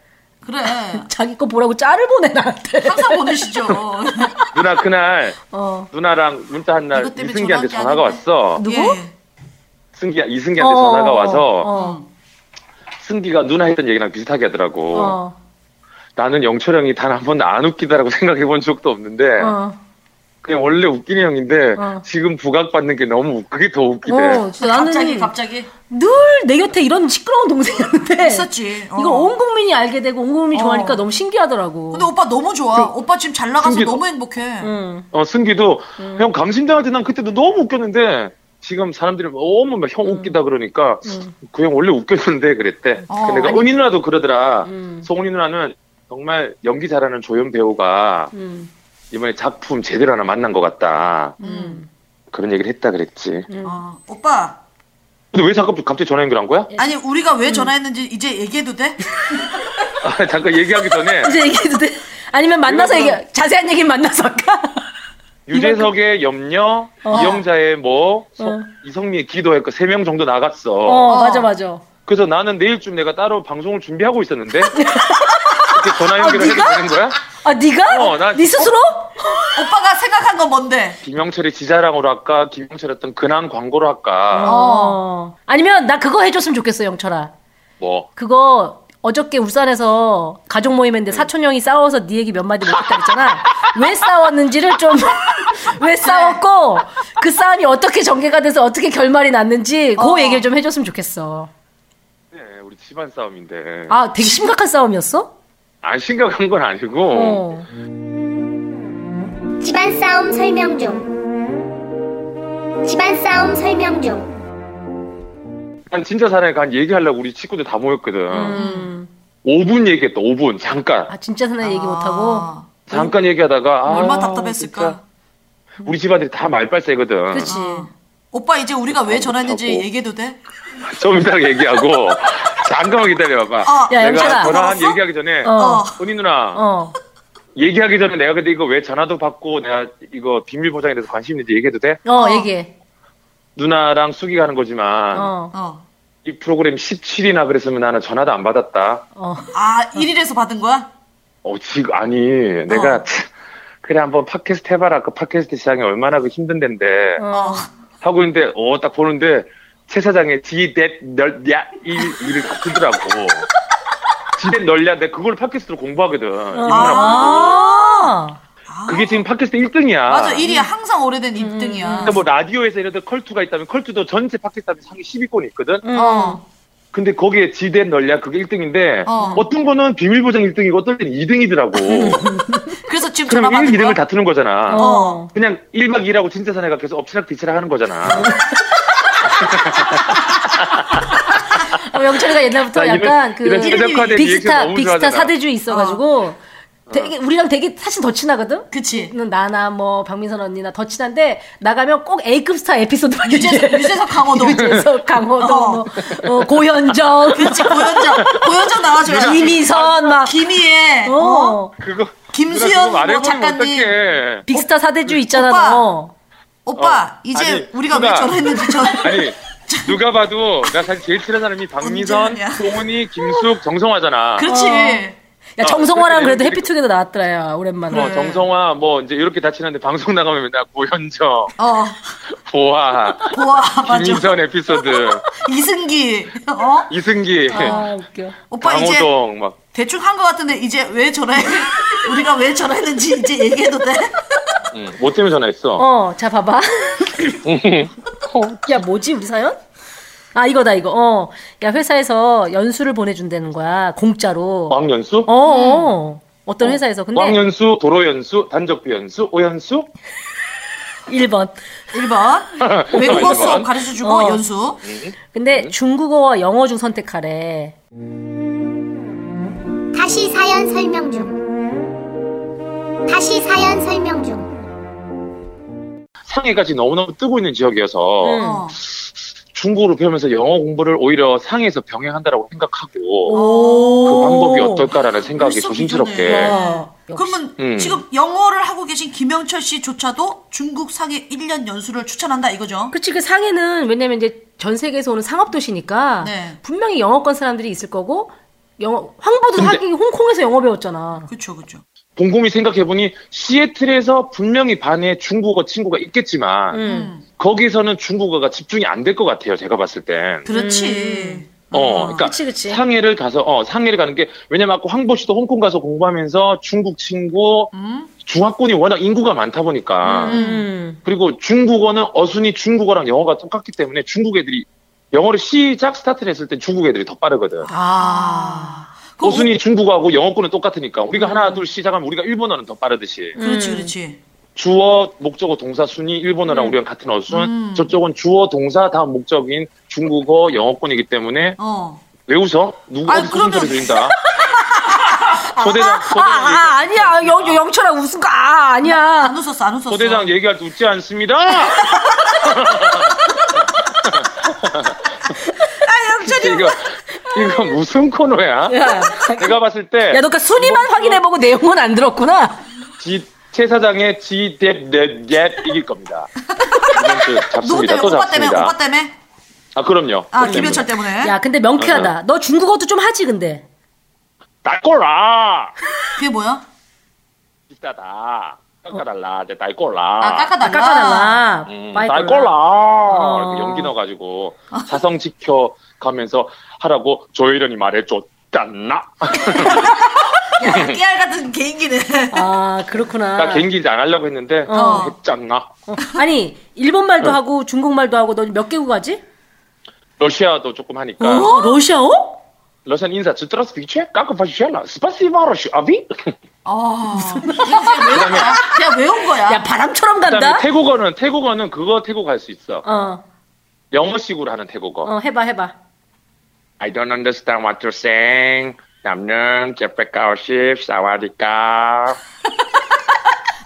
Speaker 3: 그래.
Speaker 2: 자기 거 보라고 짤을 보내 나한테.
Speaker 3: 항상 보내시죠.
Speaker 8: 누나 그날
Speaker 2: 어.
Speaker 8: 누나랑 문자 한 날
Speaker 3: 이것 때문에
Speaker 8: 이승기한테
Speaker 3: 전화한 게
Speaker 8: 전화가
Speaker 3: 아닌데.
Speaker 8: 왔어.
Speaker 2: 누구?
Speaker 3: 예.
Speaker 8: 승기 이승기한테
Speaker 2: 어,
Speaker 8: 전화가
Speaker 2: 어,
Speaker 8: 와서
Speaker 2: 어,
Speaker 8: 승기가 누나 했던 얘기랑 비슷하게 하더라고.
Speaker 2: 어,
Speaker 8: 나는 영철 형이 단 한 번도 안 웃기다라고 생각해 본 적도 없는데
Speaker 2: 어.
Speaker 8: 그냥 원래 웃기는 형인데
Speaker 2: 어.
Speaker 8: 지금 부각받는 게 너무 웃- 그게 더 웃기대.
Speaker 2: 어, 진짜 나는
Speaker 3: 예. 갑자기, 갑자기.
Speaker 2: 늘 내 곁에 이런 시끄러운 동생이었는데
Speaker 3: 있었지. 어.
Speaker 2: 이걸 온 국민이 알게 되고 온 국민이 좋아하니까
Speaker 3: 어.
Speaker 2: 너무 신기하더라고.
Speaker 3: 근데 오빠 너무 좋아.
Speaker 2: 그
Speaker 3: 오빠 지금 잘 나가서
Speaker 8: 신기해.
Speaker 3: 너무 행복해.
Speaker 2: 응.
Speaker 8: 어, 승기도 형 감심당할 때 난 그때도 너무 웃겼는데 지금 사람들이 너무 막 형 웃기다 그러니까 그 형 원래 웃겼는데 그랬대.
Speaker 3: 어,
Speaker 8: 근데 내가
Speaker 3: 아니-
Speaker 8: 은희 누나도 그러더라. 송은희 누나는 정말 연기 잘하는 조연 배우가
Speaker 2: 음.
Speaker 8: 이번에 작품 제대로 하나 만난 것 같다. 그런 얘기를 했다 그랬지.
Speaker 3: 어. 오빠, 예.
Speaker 8: 근데 왜 자꾸 갑자기 전화 연결한 거야?
Speaker 2: 음.
Speaker 3: 아니, 우리가 왜 전화했는지 이제 얘기해도 돼?
Speaker 8: 아, 잠깐 얘기하기 전에
Speaker 2: 이제 얘기해도 돼? 아니면 만나서 얘기 자세한 얘기는 만나서 할까?
Speaker 8: 유재석의 염려, 이영자의 뭐 서-
Speaker 2: 어.
Speaker 8: 이성미의 기도했고 세 명 정도 나갔어.
Speaker 2: 어, 맞아 맞아.
Speaker 8: 그래서 나는 내일쯤 내가 따로 방송을 준비하고 있었는데 이렇게 전화 연결을 해도
Speaker 2: 아, 네가?
Speaker 8: 되는 거야?
Speaker 2: 아 네가?
Speaker 8: 어, 나-
Speaker 2: 네 스스로?
Speaker 3: 오빠가 생각한 건 뭔데?
Speaker 8: 김영철의 지자랑으로 할까? 김영철 어떤 근황 광고로 할까?
Speaker 2: 어. 아니면 나 그거 해줬으면 좋겠어 영철아.
Speaker 8: 뭐
Speaker 2: 그거 어저께 울산에서 가족 모임인데 사촌 형이 싸워서 네 얘기 몇 마디 못했다 그랬잖아. 왜 싸웠는지를 좀 왜 싸웠고 그 싸움이 어떻게 전개가 돼서 어떻게 결말이 났는지 그 얘기를 좀 해줬으면 좋겠어.
Speaker 8: 네, 우리 집안 싸움인데
Speaker 2: 아 되게 심각한 싸움이었어?
Speaker 8: 안 심각한 건 아니고
Speaker 2: 어.
Speaker 9: 집안 싸움 설명 중. 집안 싸움 설명 중.
Speaker 8: 난 진짜 사람이니까 한 얘기하려고 우리 친구들 다 모였거든. 5분 얘기했다. 5분 잠깐
Speaker 2: 음. 아 진짜 사나이 얘기 못하고. 어.
Speaker 8: 잠깐 얘기하다가 아,
Speaker 3: 얼마나 답답했을까?
Speaker 8: 진짜. 우리 집안들이 다 말빨세거든.
Speaker 2: 그렇지.
Speaker 3: 어. 오빠 이제 우리가 왜 전화했는지
Speaker 8: 하고.
Speaker 3: 얘기해도 돼?
Speaker 8: 좀 이따가 얘기하고 잠깐만 기다려봐.
Speaker 3: 아,
Speaker 2: 야, 영철아.
Speaker 8: 내가 전화한
Speaker 3: 알았어?
Speaker 8: 얘기하기 전에
Speaker 2: 어.
Speaker 3: 어.
Speaker 8: 언니 누나
Speaker 2: 어.
Speaker 8: 얘기하기 전에 내가 근데 이거 왜 전화도 받고 내가 이거 비밀 보장에 대해서 관심 있는지 얘기해도 돼?
Speaker 2: 어, 얘기해.
Speaker 8: 누나랑 수기가 하는 거지만
Speaker 2: 어.
Speaker 3: 어.
Speaker 8: 이 프로그램 17이나 그랬으면 나는 전화도 안 받았다.
Speaker 2: 어.
Speaker 3: 아, 1일에서 받은 거야?
Speaker 8: 어 지금 아니 내가 참, 그래 한번 팟캐스트 해봐라. 그 팟캐스트 시장이 얼마나 그 힘든 데인데
Speaker 3: 어.
Speaker 8: 하고 있는데 어 딱 보는데 최 사장의 지댓 널야 이 일을 쓰더라고. 지댓 널야 내 그걸 팟캐스트로 공부하거든. 이분하고.
Speaker 2: 아.
Speaker 8: 그게 지금 팟캐스트 1등이야.
Speaker 3: 맞아, 1위야. 항상 오래된 1등이야.
Speaker 8: 근데 뭐 라디오에서 이런 데 컬투가 있다면 컬투도 전체 팟캐스트 하면 상위 10위권이 있거든.
Speaker 3: 어.
Speaker 8: 근데 거기에 지댄 널야 그게 1등인데
Speaker 3: 어.
Speaker 8: 어. 떤 거는 비밀 보장 1등이고 어떤 데는 2등이더라고.
Speaker 3: 그래서 지금 전화
Speaker 8: 그럼 1,
Speaker 3: 받은
Speaker 8: 2등을
Speaker 3: 거야?
Speaker 8: 다투는 거잖아.
Speaker 2: 어.
Speaker 8: 그냥 1박 2일하고 진짜 사내가 계속 엎치락 뒤치락 하는 거잖아.
Speaker 2: 어, 영철이가 옛날부터
Speaker 8: 나 아, 이런-
Speaker 2: 약간 그
Speaker 8: 이런 최적화된 리액션
Speaker 2: 빅스타
Speaker 8: 너무
Speaker 2: 빅스타
Speaker 8: 좋아하잖아.
Speaker 2: 사대주의 있어가지고 되게 우리랑 되게 사실 더 친하거든.
Speaker 3: 그치.
Speaker 2: 는 나나 뭐 박민선 언니나 더 친한데 나가면 꼭 A급 스타 에피소드만
Speaker 3: 유재석, 유재석 강호동.
Speaker 2: 유재석 강호동
Speaker 3: 어.
Speaker 2: 뭐, 어, 고현정
Speaker 3: 그치, 고현정. 고현정 나와줘야
Speaker 2: 이미선 막
Speaker 3: 김희애. 어.
Speaker 2: 어.
Speaker 8: 그거
Speaker 3: 김수현
Speaker 8: 누나 그거
Speaker 3: 뭐
Speaker 8: 말해보면
Speaker 3: 작가님.
Speaker 8: 어떡해.
Speaker 2: 빅스타 사대주 있잖아
Speaker 3: 오빠.
Speaker 2: 너.
Speaker 3: 오빠,
Speaker 8: 어.
Speaker 3: 이제
Speaker 8: 아니,
Speaker 3: 우리가 왜
Speaker 8: 누나.
Speaker 3: 전화했는지 전
Speaker 8: 아니 누가 봐도 나 사실 제일 친한 사람이 박미선,
Speaker 3: 언제냐.
Speaker 8: 송은이, 김숙, 정성화잖아.
Speaker 3: 그렇지.
Speaker 2: 야
Speaker 8: 어,
Speaker 2: 정성화랑 그래도
Speaker 8: 그렇게
Speaker 2: 해피투게더 나왔더라야 오랜만에.
Speaker 3: 네.
Speaker 8: 어, 정성화 뭐 이제 이렇게 다 친한데 방송 나가면 맨날 고현정,
Speaker 3: 어.
Speaker 8: 보아,
Speaker 3: 보아, 맞아.
Speaker 8: 김미선 에피소드,
Speaker 3: 이승기. 어?
Speaker 8: 이승기,
Speaker 2: 아 웃겨.
Speaker 3: 오빠, 이제
Speaker 8: 강호동 막
Speaker 3: 대충 한 거 같은데 이제 왜 전화해? 우리가 왜 전화했는지 이제 얘기해도 돼?
Speaker 8: 응. 뭐 때문에 전화했어?
Speaker 2: 어, 자, 봐봐. 어, 야, 뭐지, 우리 사연? 아, 이거다, 이거. 어. 야, 회사에서 연수를 보내준다는 거야. 공짜로. 어,
Speaker 8: 왕연수?
Speaker 2: 어. 어떤 회사에서. 근데
Speaker 8: 음. 왕연수, 도로연수, 단적비 연수, 오연수?
Speaker 2: 1번.
Speaker 3: 1번 외국어 수업
Speaker 8: 번.
Speaker 3: 가르쳐주고
Speaker 2: 어.
Speaker 3: 연수
Speaker 2: 근데
Speaker 8: 네.
Speaker 2: 중국어와 영어 중 선택하래.
Speaker 9: 다시 사연 설명 중. 다시 사연 설명 중.
Speaker 8: 상해까지 너무너무 뜨고 있는 지역이어서
Speaker 3: 어.
Speaker 8: 중국어를 배우면서 영어 공부를 오히려 상해에서 병행한다라고 생각하고 그
Speaker 2: 오.
Speaker 8: 방법이 어떨까라는 생각이
Speaker 3: 벌써
Speaker 8: 조심스럽게
Speaker 3: 기존에. 어.
Speaker 2: 와, 역시.
Speaker 3: 그러면
Speaker 8: 음.
Speaker 3: 지금 영어를 하고 계신 김영철 씨조차도 중국 상해 1년 연수를 추천한다 이거죠
Speaker 2: 그치, 그 상해는 왜냐면 이제 전 세계에서 오는 상업도시니까
Speaker 3: 네.
Speaker 2: 분명히 영어권 사람들이 있을 거고 영어, 황보도
Speaker 8: 근데-
Speaker 2: 하기 홍콩에서 영어 배웠잖아.
Speaker 3: 그렇죠 그렇죠
Speaker 8: 곰곰이 생각해보니 시애틀에서 분명히 반에 중국어 친구가 있겠지만
Speaker 2: 음.
Speaker 8: 거기서는 중국어가 집중이 안 될 것 같아요 제가 봤을 땐
Speaker 2: 음.
Speaker 3: 그렇지
Speaker 8: 어, 그러니까
Speaker 2: 그치, 그치.
Speaker 8: 상해를 가서 어 상해를 가는 게 왜냐면 아까 황보 씨도 홍콩 가서 공부하면서 중국 친구 중화권이 워낙 인구가 많다 보니까
Speaker 2: 음.
Speaker 8: 그리고 중국어는 어순이 중국어랑 영어가 똑같기 때문에 중국 애들이 영어를 시작 스타트를 했을 때 중국 애들이 더 빠르거든.
Speaker 3: 아
Speaker 2: 뭐
Speaker 3: 그거
Speaker 8: 어순이 중국어하고 영어권은 똑같으니까 우리가
Speaker 2: 음.
Speaker 8: 하나 둘 시작하면 우리가 일본어는 더 빠르듯이
Speaker 3: 오- 그렇지 그렇지
Speaker 8: 주어 목적어 동사 순이 일본어랑
Speaker 2: 음.
Speaker 8: 우리랑 같은 어순 저쪽은 주어 동사 다음 목적인 중국어 영어권이기 때문에
Speaker 3: 어
Speaker 8: 왜 웃어? 누구
Speaker 3: 아니,
Speaker 8: 어디서 그러
Speaker 3: 그러면-
Speaker 8: 소리 들린다. 소대장
Speaker 2: 아,
Speaker 8: 소대장 얘기-
Speaker 2: 아, 아니야. 영, 영철아 웃은 거, 아, 아니야.
Speaker 3: 안 웃었어 안 웃었어
Speaker 8: 소대장 얘기할 때 웃지 않습니다.
Speaker 3: 아 영철이
Speaker 8: 이거 이거 무슨 코너야?
Speaker 2: 야.
Speaker 8: 내가 봤을 때
Speaker 2: 야, 너 그 순위만 확인해보고 내용은 안 들었구나.
Speaker 8: 지, 최 사장의 지뎁뎁뎁 이길 겁니다. 이벤트
Speaker 3: 누구
Speaker 8: 잡습니다.
Speaker 3: 때문에?
Speaker 8: 또
Speaker 3: 오빠 때문에? 오빠
Speaker 8: 잡습니다.
Speaker 3: 때문에?
Speaker 8: 아 그럼요.
Speaker 3: 아
Speaker 8: 또
Speaker 3: 김현철 때문에?
Speaker 2: 야, 근데 명쾌하다. 너 중국어도 좀 하지, 근데.
Speaker 8: 날꼬라
Speaker 3: 그게 뭐야?
Speaker 8: 비싸다. 깎아달라. 내 날꼬라.
Speaker 3: 아
Speaker 2: 아,
Speaker 3: 깎아달라.
Speaker 2: 깎아달라.
Speaker 8: 음,
Speaker 2: 빨리
Speaker 8: 날꼬라.
Speaker 2: 어.
Speaker 8: 이렇게 연기 넣어가지고 사성 지켜 가면서 하라고 조혜련이 말해줬잖아.
Speaker 3: 야, 깨알 같은 개인기네.
Speaker 2: 아, 그렇구나.
Speaker 8: 나 개인기 이제 안 하려고 했는데
Speaker 2: 어.
Speaker 8: 했잖아.
Speaker 2: 어, 아니, 일본말도 하고 중국말도 하고 너 몇 개국 하지?
Speaker 8: 러시아도 조금
Speaker 2: 어?
Speaker 8: 하니까
Speaker 2: 러시아어?
Speaker 8: 러시안 인사 즈트러스 비체 까까파시샬라 스파시바 러시 아비
Speaker 3: 어. 이거 그냥 외운 거야? 그냥 외운 거야.
Speaker 2: 야, 바람처럼
Speaker 8: 그다음에
Speaker 2: 간다?
Speaker 8: 태국어는 태국어는 그거 태국 할 수 있어
Speaker 2: 어,
Speaker 8: 영어식으로 하는 태국어
Speaker 2: 어, 해봐, 해봐.
Speaker 8: I don't understand what you're saying 남는 제페카오십 사와디카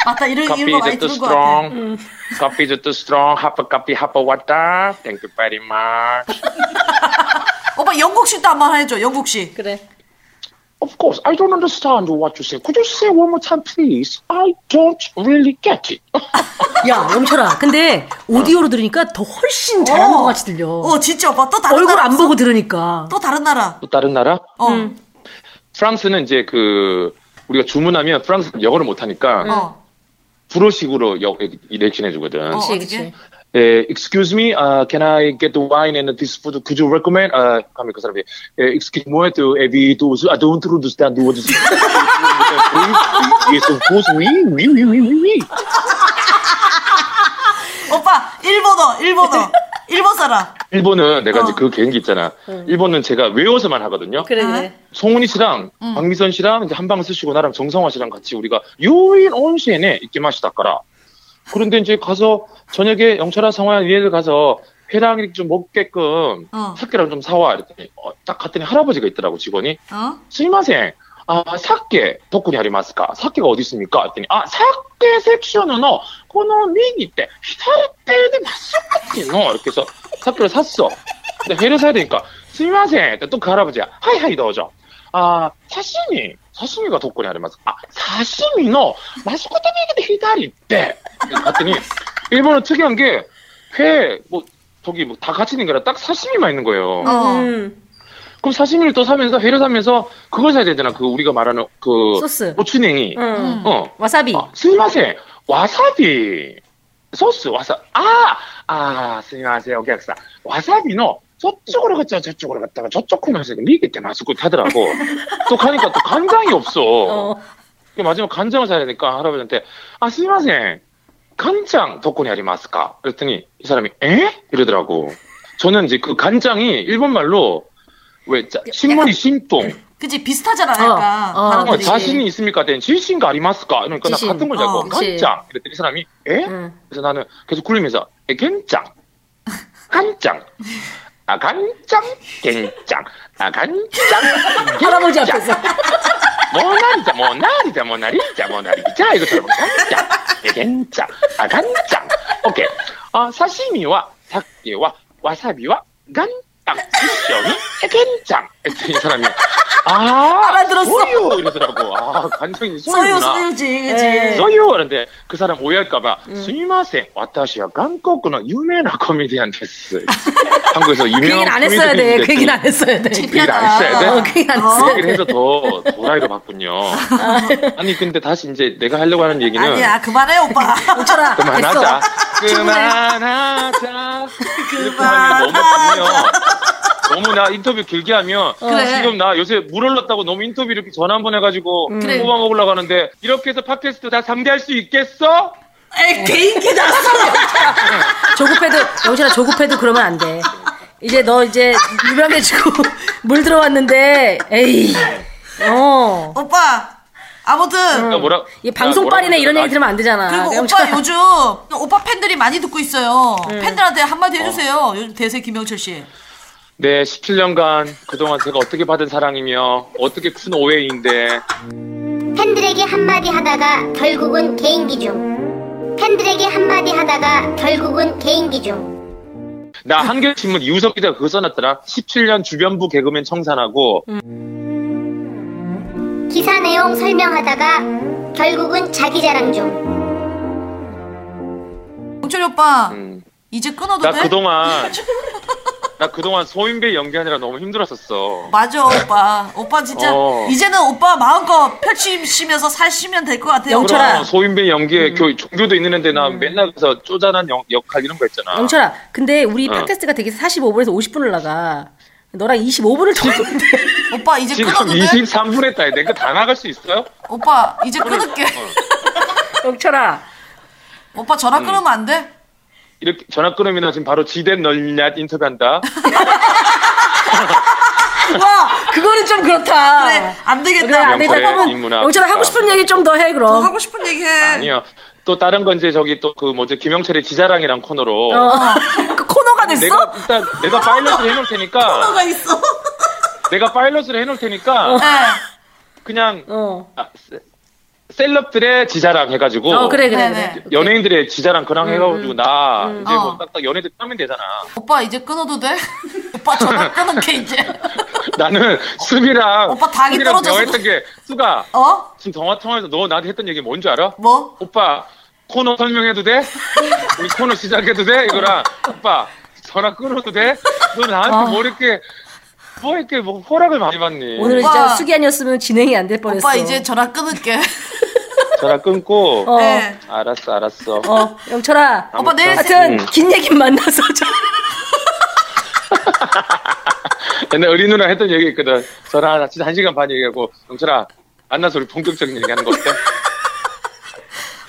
Speaker 3: 맞다 이런 이런
Speaker 8: 커피
Speaker 3: 거
Speaker 8: is
Speaker 3: 많이
Speaker 8: too
Speaker 3: 들은 거 같아.
Speaker 8: strong 커피 is too strong 하프 커피 하프 왔다 thank you very much
Speaker 3: 오빠 영국식도 한번 해줘. 영국식.
Speaker 2: 그래.
Speaker 8: Of course, I don't understand what you say. Could you say one more time, please? I don't really get it.
Speaker 2: 야, 영철아. 근데 오디오로 들으니까 더 훨씬 잘하는 것 같이 들려.
Speaker 3: 어 진짜 오빠 또 다른
Speaker 2: 얼굴
Speaker 3: 나라
Speaker 2: 안
Speaker 3: 없어?
Speaker 2: 보고 들으니까.
Speaker 3: 또 다른 나라.
Speaker 8: 또 다른 나라?
Speaker 3: 어.
Speaker 2: 음.
Speaker 8: 프랑스는 이제 그 우리가 주문하면 프랑스 영어를 못하니까
Speaker 2: 음.
Speaker 3: 어.
Speaker 8: 불어식으로 역 리액션해 주거든.
Speaker 3: 어.
Speaker 2: 그치,
Speaker 3: 어떻게?
Speaker 2: 그치.
Speaker 8: 에, excuse me, uh, can I get the wine and this food? Could you recommend? 아, 하면 그 사람이 에, excuse me, to have to, I 아, don't understand 예, what you say. Yes, of course, we, we, we, we, we, we.
Speaker 3: 오빠 일본어 일본어 일본 사람.
Speaker 8: 일본은 내가 이제 그 개인기 있잖아. 일본은 제가 외워서만 하거든요.
Speaker 2: 그래, 그래.
Speaker 8: 송은이 씨랑 박미선 씨랑 이제 한방 쓰시고 나랑 정성화 씨랑 같이 우리가 요인 온시엔에 있게 마시다까라. 그런데 이제 가서 저녁에 영철아 성화야 니네들 가서 회랑 좀 먹게끔
Speaker 3: 어.
Speaker 8: 사케랑 좀 사와 이랬더니 어, 딱 갔더니 할아버지가 있더라고 직원이.
Speaker 3: 어?
Speaker 8: 스미마셍. 아, 사케 덕분이 아리마스까? 사케가 어디 있습니까? 했더니 아, 사케 섹션은 어, 코노 미기 때 히타르테데 마스카티노 이렇게 해서 사케를 샀어. 근데 회를 사야 되니까 스미마셍. 근데 또그 할아버지야. 하이하이 넣어줘. 아, 사시미. 사시미가 덕분이 아리마스. 아, 사시미노 마스카티노데 히타리 때. 갔더니 일본은 특이한 게 회, 뭐, 저기 뭐 다 같이 있는 거라 딱 사시미만 있는 거예요.
Speaker 3: 어.
Speaker 2: 음.
Speaker 8: 그럼 사시미를 또 사면서 회를 사면서 그걸 사야 되잖아. 그 우리가 말하는 그
Speaker 2: 소스.
Speaker 8: 고추냉이.
Speaker 2: 음.
Speaker 8: 어.
Speaker 2: 와사비.
Speaker 8: 아, 스미마세. 와사비. 소스 와사. 아, 아, 스미마세. 오객사. 와사비노 저쪽으로 갔다 저쪽으로 갔다가 저쪽 코너에서 이게 때 맛있고 하더라고. 또 가니까 또 간장이 없어.
Speaker 2: 어.
Speaker 8: 그 마지막 간장을 사야 되니까 할아버지한테 아, 스미마셍. 간장 덕분이 아리마스까? 그랬더니 이 사람이 에? 이러더라고. 저는 이제 그 간장이 일본말로 왜 자, 신문이 신통
Speaker 3: 그치 비슷하잖아
Speaker 2: 어,
Speaker 3: 약간.
Speaker 2: 어,
Speaker 3: 다른
Speaker 8: 어,
Speaker 3: 분들이.
Speaker 8: 자신이 있습니까? 된 진신가 아리마스까? 이러니까 나
Speaker 2: 지신.
Speaker 8: 같은 걸 자고
Speaker 3: 어,
Speaker 2: 그치.
Speaker 8: 간장 이랬더니 이 사람이 에?
Speaker 2: 응.
Speaker 8: 그래서 나는 계속 굴리면서 예, 에, 간장 간장 아 간장 간장 아 간장
Speaker 2: 할아버지 앞에서.
Speaker 8: 모나리자 모나리자 모나리자 모나리자 이것처럼 간장 에, 간장 아 간장 오케이 아 사시미와 사케와 와사비와 간장 미션이 에, 간장 이랬더니 이 사람이 아
Speaker 3: 알아들었어.
Speaker 8: 소유 이러더라고 아 간장이
Speaker 3: 소유
Speaker 8: 소유구나
Speaker 3: 소유지 그치.
Speaker 2: 에.
Speaker 8: 소유 하는데 그 사람 오해할까봐
Speaker 2: 음.
Speaker 8: 스미마셍 와타시와 한국의 유명한 코미디언 데스 한국에서
Speaker 2: 그
Speaker 8: 유명한
Speaker 2: 얘기는 안 했어야 돼. 그 얘기는 안 했어야 돼.
Speaker 8: 그 얘기는 안 했어야 돼?
Speaker 2: 어, 그 얘기는 안
Speaker 8: 그
Speaker 2: 했어야
Speaker 8: 얘기를 해서 더 도라이로 봤군요 아니 근데 다시 이제 내가 하려고 하는 얘기는
Speaker 3: 아니야 그만해 오빠.
Speaker 2: 철아
Speaker 8: 그만하자
Speaker 2: 됐어.
Speaker 8: 그만하자 그만하면 너무 아프네요 너무 나 인터뷰 길게
Speaker 2: 어.
Speaker 8: 하면 지금 나 요새 물 올랐다고 너무 인터뷰 이렇게 전화 한 번 해가지고
Speaker 2: 음.
Speaker 8: 뽑아 먹으려고 하는데 이렇게 해서 팟캐스트 다 상대할 수 있겠어?
Speaker 3: 에 개인기다.
Speaker 2: 조급해도 영철아 조급해도 그러면 안 돼. 이제 너 이제 유명해지고 물 들어왔는데 에이. 어.
Speaker 3: 오빠 아무튼
Speaker 8: 야, 뭐라?
Speaker 2: 이 방송 빨이네 이런 얘기 들으면 안 음. 되잖아.
Speaker 3: 그리고
Speaker 2: 영철아.
Speaker 3: 오빠 요즘 오빠 팬들이 많이 듣고 있어요.
Speaker 2: 음.
Speaker 3: 팬들한테 한마디
Speaker 8: 어.
Speaker 3: 해주세요. 요즘 대세 김영철 씨.
Speaker 8: 네, 17년간 그동안 제가 어떻게 받은 사랑이며 어떻게 큰 오해인데
Speaker 9: 팬들에게 한마디 하다가 결국은 개인기 중. 팬들에게 한마디 하다가 결국은 개인기 중.
Speaker 8: 나 한겨레신문 이우석 기자가 그거 써놨더라. 17년 주변부 개그맨 청산하고
Speaker 9: 기사 내용 설명하다가 결국은 자기 자랑 좀.
Speaker 3: 용철이 오빠
Speaker 8: 음.
Speaker 3: 이제 끊어도
Speaker 8: 나
Speaker 3: 돼?
Speaker 8: 그동안 나 그동안 소인배 연기하느라 너무 힘들었었어.
Speaker 3: 맞아 오빠 오빠 진짜
Speaker 8: 어.
Speaker 3: 이제는 오빠 마음껏 펼치시면서 사시면 될 것 같아요
Speaker 8: 그럼 소인배 연기에 교, 종교도 있는데 나 맨날 그래서 쪼잔한 영- 역할 이런 거 있잖아.
Speaker 2: 영철아, 근데 우리
Speaker 8: 어.
Speaker 2: 팟캐스트가 되게 45분에서 50분을 나가. 너랑 25분을 줬는데.
Speaker 3: 오빠 이제
Speaker 8: 지금
Speaker 3: 끊어도 돼?
Speaker 8: 23분 했다. 내가 다 나갈 수 있어요?
Speaker 3: 오빠 이제 끊을게
Speaker 8: 어.
Speaker 2: 영철아,
Speaker 3: 오빠 전화
Speaker 8: 음.
Speaker 3: 끊으면 안 돼?
Speaker 8: 이렇게 전화 끊으면 지금 바로 지댄 널랏 인터뷰한다. 아.
Speaker 2: 와, 그거는 좀 그렇다.
Speaker 3: 그래 안
Speaker 2: 그래,
Speaker 3: 되겠다
Speaker 2: 안 되다.
Speaker 8: 영철의
Speaker 2: 그러면
Speaker 8: 인문학.
Speaker 2: 영철아 하고 싶은 얘기 좀 더 해,
Speaker 3: 너
Speaker 2: 그럼.
Speaker 3: 하고 싶은 얘기 해
Speaker 8: 아니요. 또 다른 건 이제 저기 또 그 뭐지 김영철의 지자랑이랑 코너로
Speaker 2: 어. 그 코너가 됐어?
Speaker 8: 내가 일단 내가 파일럿을 해놓을 테니까
Speaker 3: 뭐가 있어
Speaker 8: 내가 파일럿을 해놓을 테니까
Speaker 3: 네.
Speaker 8: 그냥
Speaker 2: 어.
Speaker 8: 아, 세- 셀럽들의 지자랑 해가지고
Speaker 2: 어, 그래, 그래,
Speaker 3: 네네.
Speaker 2: 그래.
Speaker 8: 연예인들의 지자랑 그랑 해가지고 나 이제
Speaker 3: 음, 어.
Speaker 8: 뭐 딱딱 연예인들 따면 되잖아.
Speaker 3: 오빠 이제 끊어도 돼? 오빠 전화 끊을게 이제
Speaker 8: 나는 수비랑
Speaker 3: 오빠 닭이
Speaker 8: 수비랑
Speaker 3: 떨어져서.
Speaker 8: 대화했던 게 수가
Speaker 3: 어?
Speaker 8: 지금 전화 통화에서 너 나한테 했던 얘기 뭔 줄 알아?
Speaker 3: 뭐?
Speaker 8: 오빠 코너 설명해도 돼? 우리 코너 시작해도 돼? 이거랑 오빠 전화 끊어도 돼? 너 나한테 뭐 이렇게 뭐 이렇게 뭐 허락을 많이 받니?
Speaker 2: 오늘은
Speaker 3: 어. 오빠.
Speaker 2: 진짜 숙이 아니었으면 진행이 안 될 뻔했어.
Speaker 3: 오빠 이제 전화 끊을게
Speaker 8: 전화 끊고
Speaker 2: 어.
Speaker 3: 네.
Speaker 8: 알았어 알았어
Speaker 2: 어, 영철아.
Speaker 3: 오빠 내일
Speaker 8: 아무튼.
Speaker 2: 하여튼,
Speaker 8: 음.
Speaker 2: 긴 얘기 만나서 좀.
Speaker 8: 옛날 어린 누나 했던 얘기 있거든 전화 하나 진짜 한 시간 반 얘기하고 영철아 만나서 우리 본격적인 얘기하는 거 어때?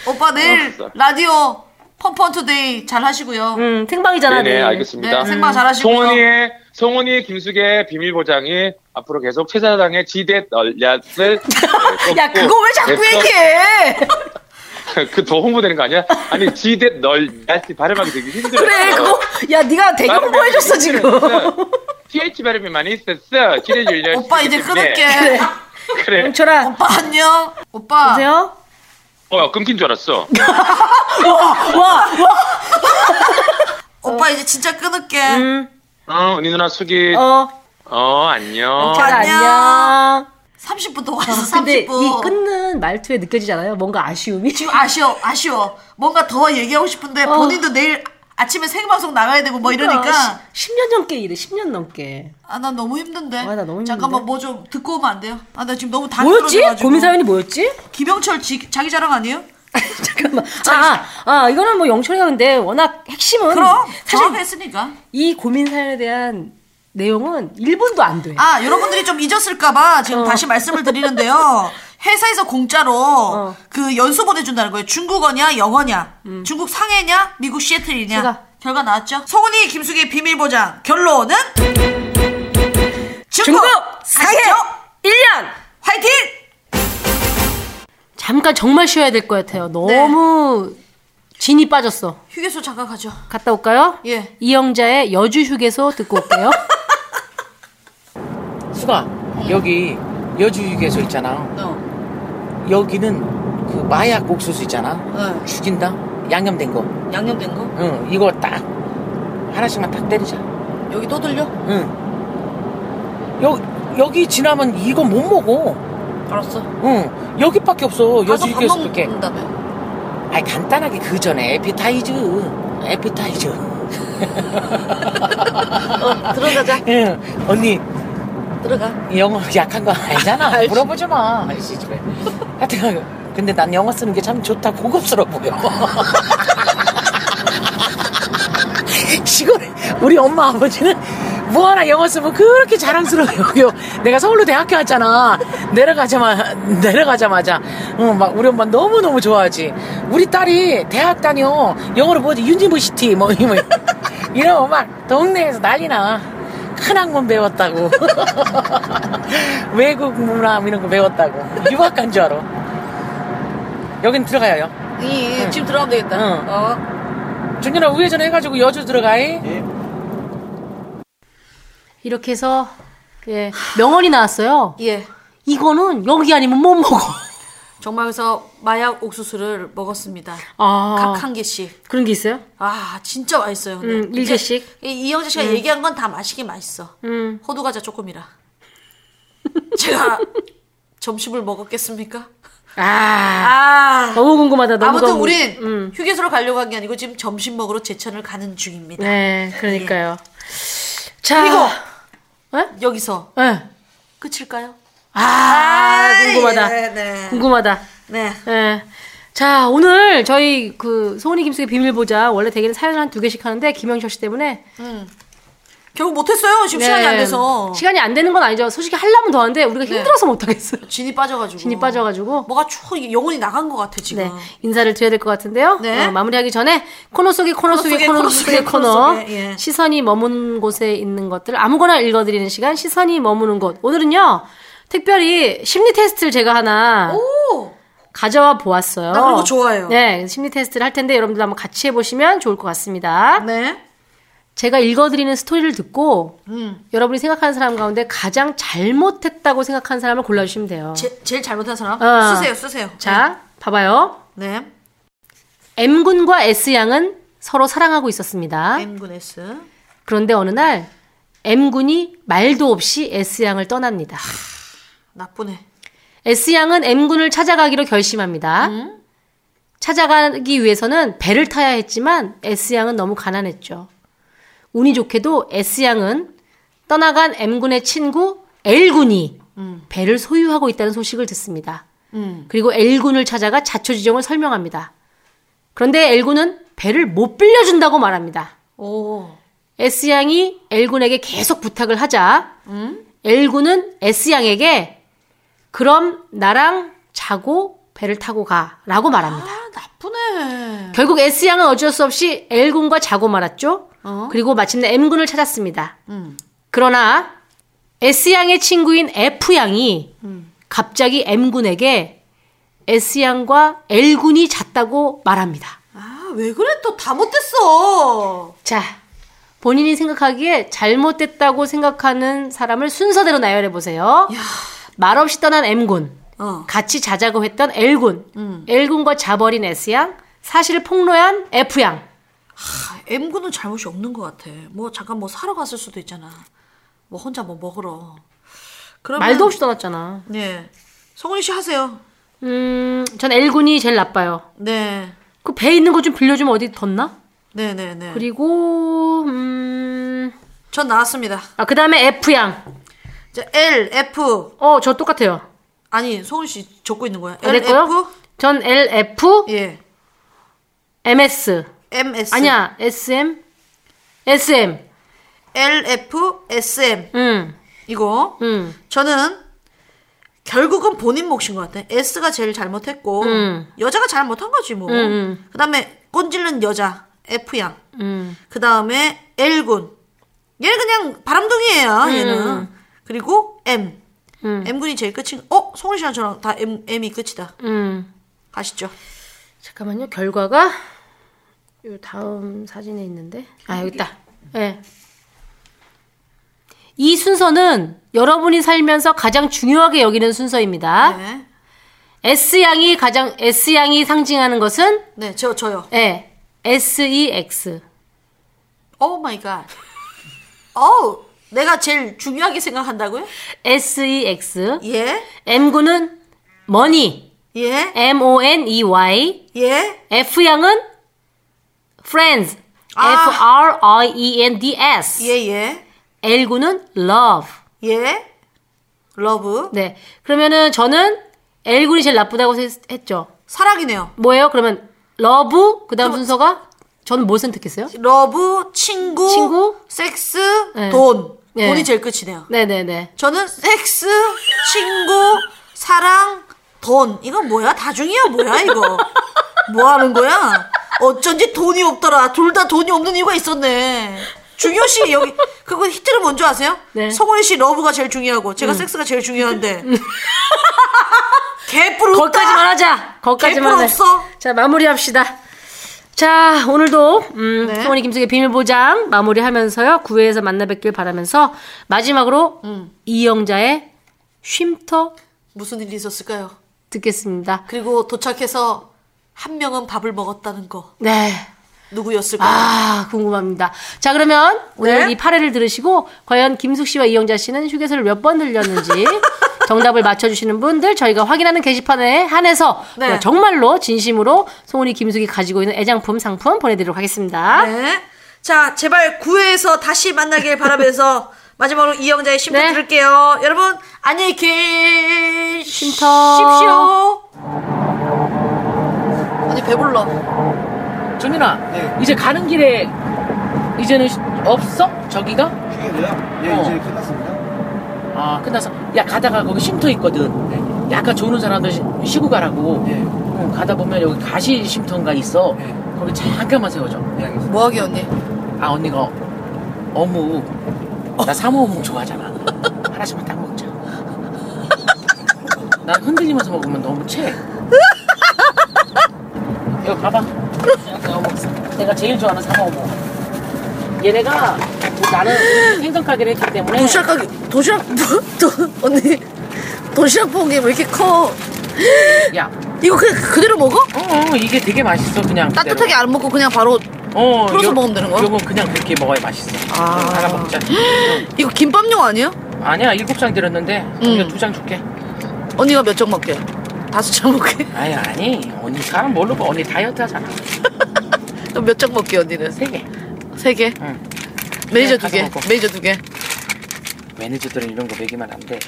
Speaker 3: 오빠 내일
Speaker 8: 알았어.
Speaker 3: 라디오 펌펀투데이 잘 하시고요
Speaker 2: 음, 생방이잖아.
Speaker 8: 네네
Speaker 2: 내일.
Speaker 8: 알겠습니다
Speaker 3: 네 생방 잘 하시고요
Speaker 8: 송원이의 송원이 김숙의 비밀보장이 앞으로 계속 최사장의 지대 널얏을
Speaker 2: 야, 그거 왜 자꾸 얘기해?
Speaker 8: 그더 홍보되는 거 아니야? 아니 지대 널얏이 발음하기 되게 힘들어
Speaker 2: 그래, 그거. 야, 네가 되게
Speaker 8: 발음이
Speaker 2: 홍보해줬어,
Speaker 8: 되게
Speaker 2: 지금.
Speaker 8: 힘들었어. TH 발음이 많이 있었어 지대 널얏
Speaker 3: 오빠 이제 끊을게
Speaker 8: 그래
Speaker 2: 영철아.
Speaker 3: 오빠 안녕 오빠
Speaker 2: 보세요.
Speaker 8: 어 끊긴 줄 알았어
Speaker 3: 오빠 이제 진짜 끊을게
Speaker 2: 음.
Speaker 8: 어 언니 누나 숙이 어,
Speaker 2: 어,
Speaker 8: 안녕
Speaker 2: 영철아,
Speaker 3: 안녕.
Speaker 2: 안녕.
Speaker 3: 30분 더 와서
Speaker 2: 어, 근데 이
Speaker 3: 30분
Speaker 2: 끊는 말투에 느껴지잖아요. 뭔가 아쉬움이.
Speaker 3: 지금 아쉬워 아쉬워 뭔가 더 얘기하고 싶은데
Speaker 2: 어.
Speaker 3: 본인도 내일 아침에 생방송 나가야 되고 뭐 이러니까
Speaker 2: 아, 10년 넘게 일해. 10년 넘게.
Speaker 3: 아 나 너무 힘든데
Speaker 2: 아, 나 너무
Speaker 3: 잠깐만
Speaker 2: 힘든데.
Speaker 3: 뭐 좀 듣고 오면 안 돼요? 아 나 지금 너무 당
Speaker 2: 뭐였지?
Speaker 3: 떨어져가지고.
Speaker 2: 고민 사연이 뭐였지?
Speaker 3: 김영철 지, 자기 자랑 아니에요?
Speaker 2: 잠깐만. 아, 아, 아, 이거는 뭐 영철이가 근데 워낙 핵심은
Speaker 3: 그럼 어,
Speaker 2: 사실
Speaker 3: 정확했으니까
Speaker 2: 이 고민 사연에 대한 내용은 1분도 안 돼.
Speaker 3: 아 여러분들이 좀 잊었을까봐
Speaker 2: 어.
Speaker 3: 지금 다시 말씀을 드리는데요 회사에서 공짜로
Speaker 2: 어.
Speaker 3: 그 연수 보내준다는 거예요 중국어냐 영어냐 중국 상해냐 미국 시애틀이냐
Speaker 2: 음. 제가.
Speaker 3: 결과 나왔죠 송은이 김숙의 비밀보장 결론은
Speaker 2: 중국
Speaker 3: 중국,
Speaker 2: 상해
Speaker 3: 아시죠?
Speaker 2: 1년.
Speaker 3: 화이팅
Speaker 2: 잠깐 정말 쉬어야 될 것 같아요. 너무 진이 빠졌어.
Speaker 3: 휴게소 잠깐 가죠
Speaker 2: 갔다 올까요?
Speaker 3: 예.
Speaker 2: 이영자의 여주 휴게소 듣고 올게요.
Speaker 5: 수가 여기 여주 휴게소 있잖아.
Speaker 6: 어.
Speaker 5: 여기는 그 마약 옥수수 있잖아.
Speaker 6: 어.
Speaker 5: 죽인다. 양념된 거.
Speaker 6: 양념된 거?
Speaker 5: 응, 이거 딱 하나씩만 딱 때리자.
Speaker 6: 여기 또 들려?
Speaker 5: 응. 여 여기 지나면 이거 못 먹어.
Speaker 6: 알았어.
Speaker 5: 응, 여기밖에 없어.
Speaker 6: 가서
Speaker 5: 여주
Speaker 6: 밥
Speaker 5: 휴게소밖에.
Speaker 6: 먹는다며.
Speaker 5: 아니 간단하게 그 전에 에피타이즈, 에피타이즈.
Speaker 6: 들어가자.
Speaker 5: 응, 언니
Speaker 6: 들어가.
Speaker 5: 영어 약한 거 알잖아. 물어보지 마. 알지, 그래. 하여튼, 근데 난 영어 쓰는 게 참 좋다. 고급스러워 보여. 시골 우리 엄마 아버지는 뭐 하나 영어 쓰면 그렇게 자랑스러워요. 내가 서울로 대학교 왔잖아. 내려가자마자 내려가자마자 어, 막 우리 엄마 너무 너무 좋아하지. 우리 딸이 대학 다녀 영어로 뭐지 유니버시티 뭐 이런 이러면 막 동네에서 난리나. 큰 학문 배웠다고 외국 문화 이런 거 배웠다고 유학 간 줄 알아. 여긴 들어가요.
Speaker 2: 네.
Speaker 6: 이, 이, 지금 들어가면 되겠다.
Speaker 5: 응.
Speaker 6: 어.
Speaker 5: 준현아 우회전 해가지고 여주 들어가이.
Speaker 2: 이렇게 해서 예, 명언이 나왔어요.
Speaker 6: 예.
Speaker 2: 이거는 여기 아니면 못 먹어.
Speaker 3: 정말 그래서 마약 옥수수를 먹었습니다.
Speaker 2: 아.
Speaker 3: 각 한 개씩.
Speaker 2: 그런 게 있어요?
Speaker 3: 아 진짜 맛있어요. 근데.
Speaker 2: 음, 일 개씩?
Speaker 3: 이제 이- 이영재 씨가 얘기한 건 다 맛있긴 맛있어.
Speaker 2: 음.
Speaker 3: 호두 과자 조금이라. 제가 점심을 먹었겠습니까?
Speaker 2: 아.
Speaker 3: 아.
Speaker 2: 너무 궁금하다. 너무
Speaker 3: 아무튼
Speaker 2: 너무.
Speaker 3: 우린
Speaker 2: 음.
Speaker 3: 휴게소로 가려고 한 게 아니고 지금 점심 먹으러 제천을 가는 중입니다.
Speaker 2: 네, 그러니까요.
Speaker 3: 예.
Speaker 2: 자.
Speaker 3: 그리고
Speaker 2: 네?
Speaker 3: 여기서
Speaker 2: 네.
Speaker 3: 끝일까요?
Speaker 2: 아, 궁금하다.
Speaker 3: 예, 네.
Speaker 2: 궁금하다.
Speaker 3: 네.
Speaker 2: 예. 자, 오늘 저희 그 소은이 김숙의 비밀 보자. 원래 대개는 사연 한 두 개씩 하는데 김영철 씨 때문에
Speaker 3: 결국 못했어요. 지금 시간이
Speaker 2: 네.
Speaker 3: 안 돼서. 네.
Speaker 2: 시간이 안 되는 건 아니죠. 솔직히 하려면 더 하는데 우리가 힘들어서 못 하겠어요.
Speaker 3: 진이 빠져가지고.
Speaker 2: 진이 빠져가지고.
Speaker 3: 뭐가 추 영혼이 나간 것 같아 지금.
Speaker 2: 네, 인사를 드려야 될 것 같은데요.
Speaker 3: 네.
Speaker 2: 어, 마무리하기 전에 코너 속의 코너 속의 코너 속의
Speaker 3: 코너
Speaker 2: 코너,
Speaker 3: 속의, 예.
Speaker 2: 시선이 머무는 곳에 있는 것들 아무거나 읽어드리는 시간 시선이 머무는 곳 오늘은요 특별히 심리 테스트를 제가 하나
Speaker 3: 오.
Speaker 2: 가져와 보았어요.
Speaker 3: 나 그런 거 좋아해요.
Speaker 2: 네, 심리 테스트를 할 텐데 여러분들 한번 같이 해보시면 좋을 것 같습니다.
Speaker 3: 네.
Speaker 2: 제가 읽어드리는 스토리를 듣고
Speaker 3: 음.
Speaker 2: 여러분이 생각하는 사람 가운데 가장 잘못했다고 생각하는 사람을 골라주시면 돼요.
Speaker 3: 제, 제일 잘못한 사람
Speaker 2: 어.
Speaker 3: 쓰세요, 쓰세요.
Speaker 2: 자, 봐봐요.
Speaker 3: 네.
Speaker 2: M군과 S양은 서로 사랑하고 있었습니다.
Speaker 3: 네. M 군 S.
Speaker 2: 그런데 어느 날 M군이 말도 없이 S양을 떠납니다.
Speaker 3: 나쁘네.
Speaker 2: S양은 M군을 찾아가기로 결심합니다. 찾아가기 위해서는 배를 타야 했지만 S양은 너무 가난했죠. 운이 좋게도 S양은 떠나간 M군의 친구 L군이 배를 소유하고 있다는 소식을 듣습니다. 그리고 L군을 찾아가 자초지종을 설명합니다. 그런데 L군은 배를 못 빌려준다고 말합니다.
Speaker 3: 오.
Speaker 2: S양이 L군에게 계속 부탁을 하자 L군은 S양에게 그럼 나랑 자고 배를 타고 가라고 말합니다.
Speaker 3: 아, 나쁘네.
Speaker 2: 결국 S양은 어쩔 수 없이 L군과 자고 말았죠. 그리고 마침내 M군을 찾았습니다. 그러나 S양의 친구인 F양이 갑자기 M군에게 S양과 L군이 잤다고 말합니다.
Speaker 3: 아, 왜 그래? 또 다 못됐어.
Speaker 2: 자, 본인이 생각하기에 잘못됐다고 생각하는 사람을 순서대로 나열해 보세요. 말없이 떠난 M군,
Speaker 3: 어.
Speaker 2: 같이 자자고 했던 L군,
Speaker 3: 음.
Speaker 2: L군과 자버린 S양, 사실을 폭로한 F양.
Speaker 3: M 군은 잘못이 없는 것 같아. 뭐 잠깐 뭐 사러 갔을 수도 있잖아. 뭐 혼자 뭐 먹으러. 그러면
Speaker 2: 말도 없이 떠났잖아.
Speaker 3: 네. 성훈이 씨 하세요.
Speaker 2: 음, 전 L군이 제일 나빠요.
Speaker 3: 네.
Speaker 2: 그 배 있는 거 좀 빌려주면 어디 덧나?
Speaker 3: 네, 네, 네.
Speaker 2: 그리고, 음,
Speaker 3: 전 나왔습니다.
Speaker 2: 아, 그 다음에 F양.
Speaker 3: 자, L, F.
Speaker 2: 어, 저 똑같아요.
Speaker 3: 아니, 성훈 씨 적고 있는 거야.
Speaker 2: 아,
Speaker 3: L,
Speaker 2: 됐고요.
Speaker 3: F.
Speaker 2: 전 L, F,
Speaker 3: 예.
Speaker 2: MS.
Speaker 3: M, S.
Speaker 2: 아니야, SM? SM.
Speaker 3: L, F, S, M.
Speaker 2: 응,
Speaker 3: 이거.
Speaker 2: 응.
Speaker 3: 저는 결국은 본인 몫인 것 같아. S가 제일 잘못했고
Speaker 2: 음.
Speaker 3: 여자가 잘못한 거지 뭐.
Speaker 2: 음.
Speaker 3: 그다음에 꼰질른 여자 F 양.
Speaker 2: 음.
Speaker 3: 그다음에 L 군. 얘는 그냥
Speaker 2: 음,
Speaker 3: 바람둥이에요. 얘는. 그리고 M. M 군이 제일 끝인. 어, 송은 씨랑 저랑 다 M M이 끝이다.
Speaker 2: 음.
Speaker 3: 아시죠?
Speaker 2: 잠깐만요. 결과가 요 다음 사진에 있는데. 아, 여기 있다. 예. 이 순서는 여러분이 살면서 가장 중요하게 여기는 순서입니다.
Speaker 3: 네.
Speaker 2: S양이 가장 S양이 상징하는 것은
Speaker 3: 네, 저 저요.
Speaker 2: 예. SEX.
Speaker 3: 오 마이 갓. 어우, Oh, 내가 제일 중요하게 생각한다고요?
Speaker 2: SEX.
Speaker 3: 예.
Speaker 2: E, M군은 money.
Speaker 3: 예.
Speaker 2: M O N E Y.
Speaker 3: 예.
Speaker 2: F 양은 friends.
Speaker 3: 아.
Speaker 2: F R I E N D S.
Speaker 3: 예, 예.
Speaker 2: L 군은 love.
Speaker 3: 예. 러브.
Speaker 2: 네. 그러면은 저는 L 군이 제일 나쁘다고 했- 했죠.
Speaker 3: 사랑이네요.
Speaker 2: 뭐예요? 그러면 love 그다음 순서가 저는 뭘 선택했어요?
Speaker 3: 러브, 친구,
Speaker 2: 친구?
Speaker 3: 섹스,
Speaker 2: 네.
Speaker 3: 돈.
Speaker 2: 네.
Speaker 3: 돈이 제일 끝이네요.
Speaker 2: 네네네.
Speaker 3: 저는 섹스, 친구, 사랑, 돈. 이건 뭐야? 다중이야? 뭐야, 이거? 뭐 하는 거야? 어쩐지 돈이 없더라. 둘 다 돈이 없는 이유가 있었네. 중요 씨, 여기, 그거 히트를 뭔지 아세요?
Speaker 2: 네. 음.
Speaker 3: 성훈이 씨 러브가 제일 중요하고, 제가 섹스가 제일 중요한데. 개뿔 없다!
Speaker 2: 거기까지만 하자. 거기까지만
Speaker 3: 개뿔
Speaker 2: 해.
Speaker 3: 없어.
Speaker 2: 자 마무리합시다. 자 오늘도 음,
Speaker 3: 네.
Speaker 2: 소원이 김숙의 비밀보장 마무리하면서요 9회에서 만나 뵙길 바라면서
Speaker 3: 음.
Speaker 2: 마지막으로 이영자의 쉼터
Speaker 3: 무슨 일이 있었을까요?
Speaker 2: 듣겠습니다.
Speaker 3: 그리고 도착해서 한 명은 밥을 먹었다는 거
Speaker 2: 네.
Speaker 3: 누구였을까?
Speaker 2: 아, 궁금합니다. 자, 그러면 오늘
Speaker 3: 네.
Speaker 2: 이 8회를 들으시고, 과연 김숙 씨와 이영자 씨는 휴게소를 몇 번 들렸는지 정답을 맞춰주시는 분들, 저희가 확인하는 게시판에 한해서
Speaker 3: 네.
Speaker 2: 그냥 정말로 진심으로 송은이 김숙이 가지고 있는 애장품 상품 보내드리도록 하겠습니다.
Speaker 3: 네. 자, 제발 9회에서 다시 만나길 바라면서 마지막으로 이영자의 쉼터
Speaker 2: 네.
Speaker 3: 들을게요. 여러분, 안녕히 계십시오.
Speaker 2: 쉼터.
Speaker 3: 아니, 배불러.
Speaker 5: 준민아,
Speaker 10: 네.
Speaker 5: 이제 가는 길에 이제는 쉬- 없어? 저기가?
Speaker 10: 휴게돼요? 예,
Speaker 5: 어.
Speaker 10: 이제 끝났습니다.
Speaker 5: 아, 끝나서. 야, 가다가 거기 쉼터 있거든.
Speaker 10: 네.
Speaker 5: 약간 조는 사람들 쉬- 쉬고 가라고.
Speaker 10: 예.
Speaker 5: 어, 가다 보면 여기 가시 쉼터인가 있어.
Speaker 10: 네.
Speaker 5: 거기 잠깐만 세워줘.
Speaker 10: 예, 알겠습니다.
Speaker 3: 뭐하게 언니?
Speaker 5: 아, 언니가 어묵. 나 사모어묵 좋아하잖아. 하나씩만 딱 먹자. 난 흔들리면서 먹으면 너무 체해. 이거 봐봐. 내가 어묵. 내가 제일 좋아하는 사모어묵. 얘네가 나는 생선가게를 했기 때문에
Speaker 3: 도시락 가게, 도시락, 도, 도, 언니, 도시락 봉이 왜 이렇게 커?
Speaker 5: 야,
Speaker 3: 이거 그냥 그대로 먹어?
Speaker 5: 어, 어, 이게 되게 맛있어 그냥 그대로.
Speaker 3: 따뜻하게 안 먹고 그냥 바로
Speaker 5: 어,
Speaker 3: 풀어서 먹으면 되는 거야?
Speaker 5: 이건 그냥 그렇게 먹어야 맛있어.
Speaker 3: 아.
Speaker 5: 하나 먹자.
Speaker 3: 이거 김밥용 아니야?
Speaker 5: 아니야 일곱 장 들었는데
Speaker 3: 음.
Speaker 5: 언니가 두 장 줄게.
Speaker 3: 언니가 몇 점 먹게? 다섯 점 먹게?
Speaker 5: 아니 아니 언니 사람 뭘로 봐 언니 다이어트 하잖아
Speaker 3: 그럼 몇 점 먹게 언니는?
Speaker 5: 세 개.
Speaker 3: 세 개?
Speaker 5: 응.
Speaker 3: 매니저
Speaker 5: 그냥
Speaker 3: 두
Speaker 5: 가서
Speaker 3: 개?
Speaker 5: 먹어.
Speaker 3: 매니저 두 개?
Speaker 5: 매니저들은 이런 거 먹이면 안 돼.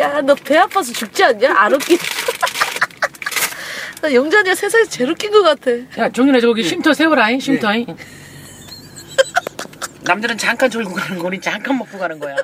Speaker 3: 야 너 배 아파서 죽지 않냐? 안 웃기. 나 영자니가 세상에서 제일 웃긴 것 같아.
Speaker 5: 야 종윤아 저기 쉼터 세워라잉 쉼터잉. 남들은 잠깐 졸고 가는 거 우리 잠깐 먹고 가는 거야.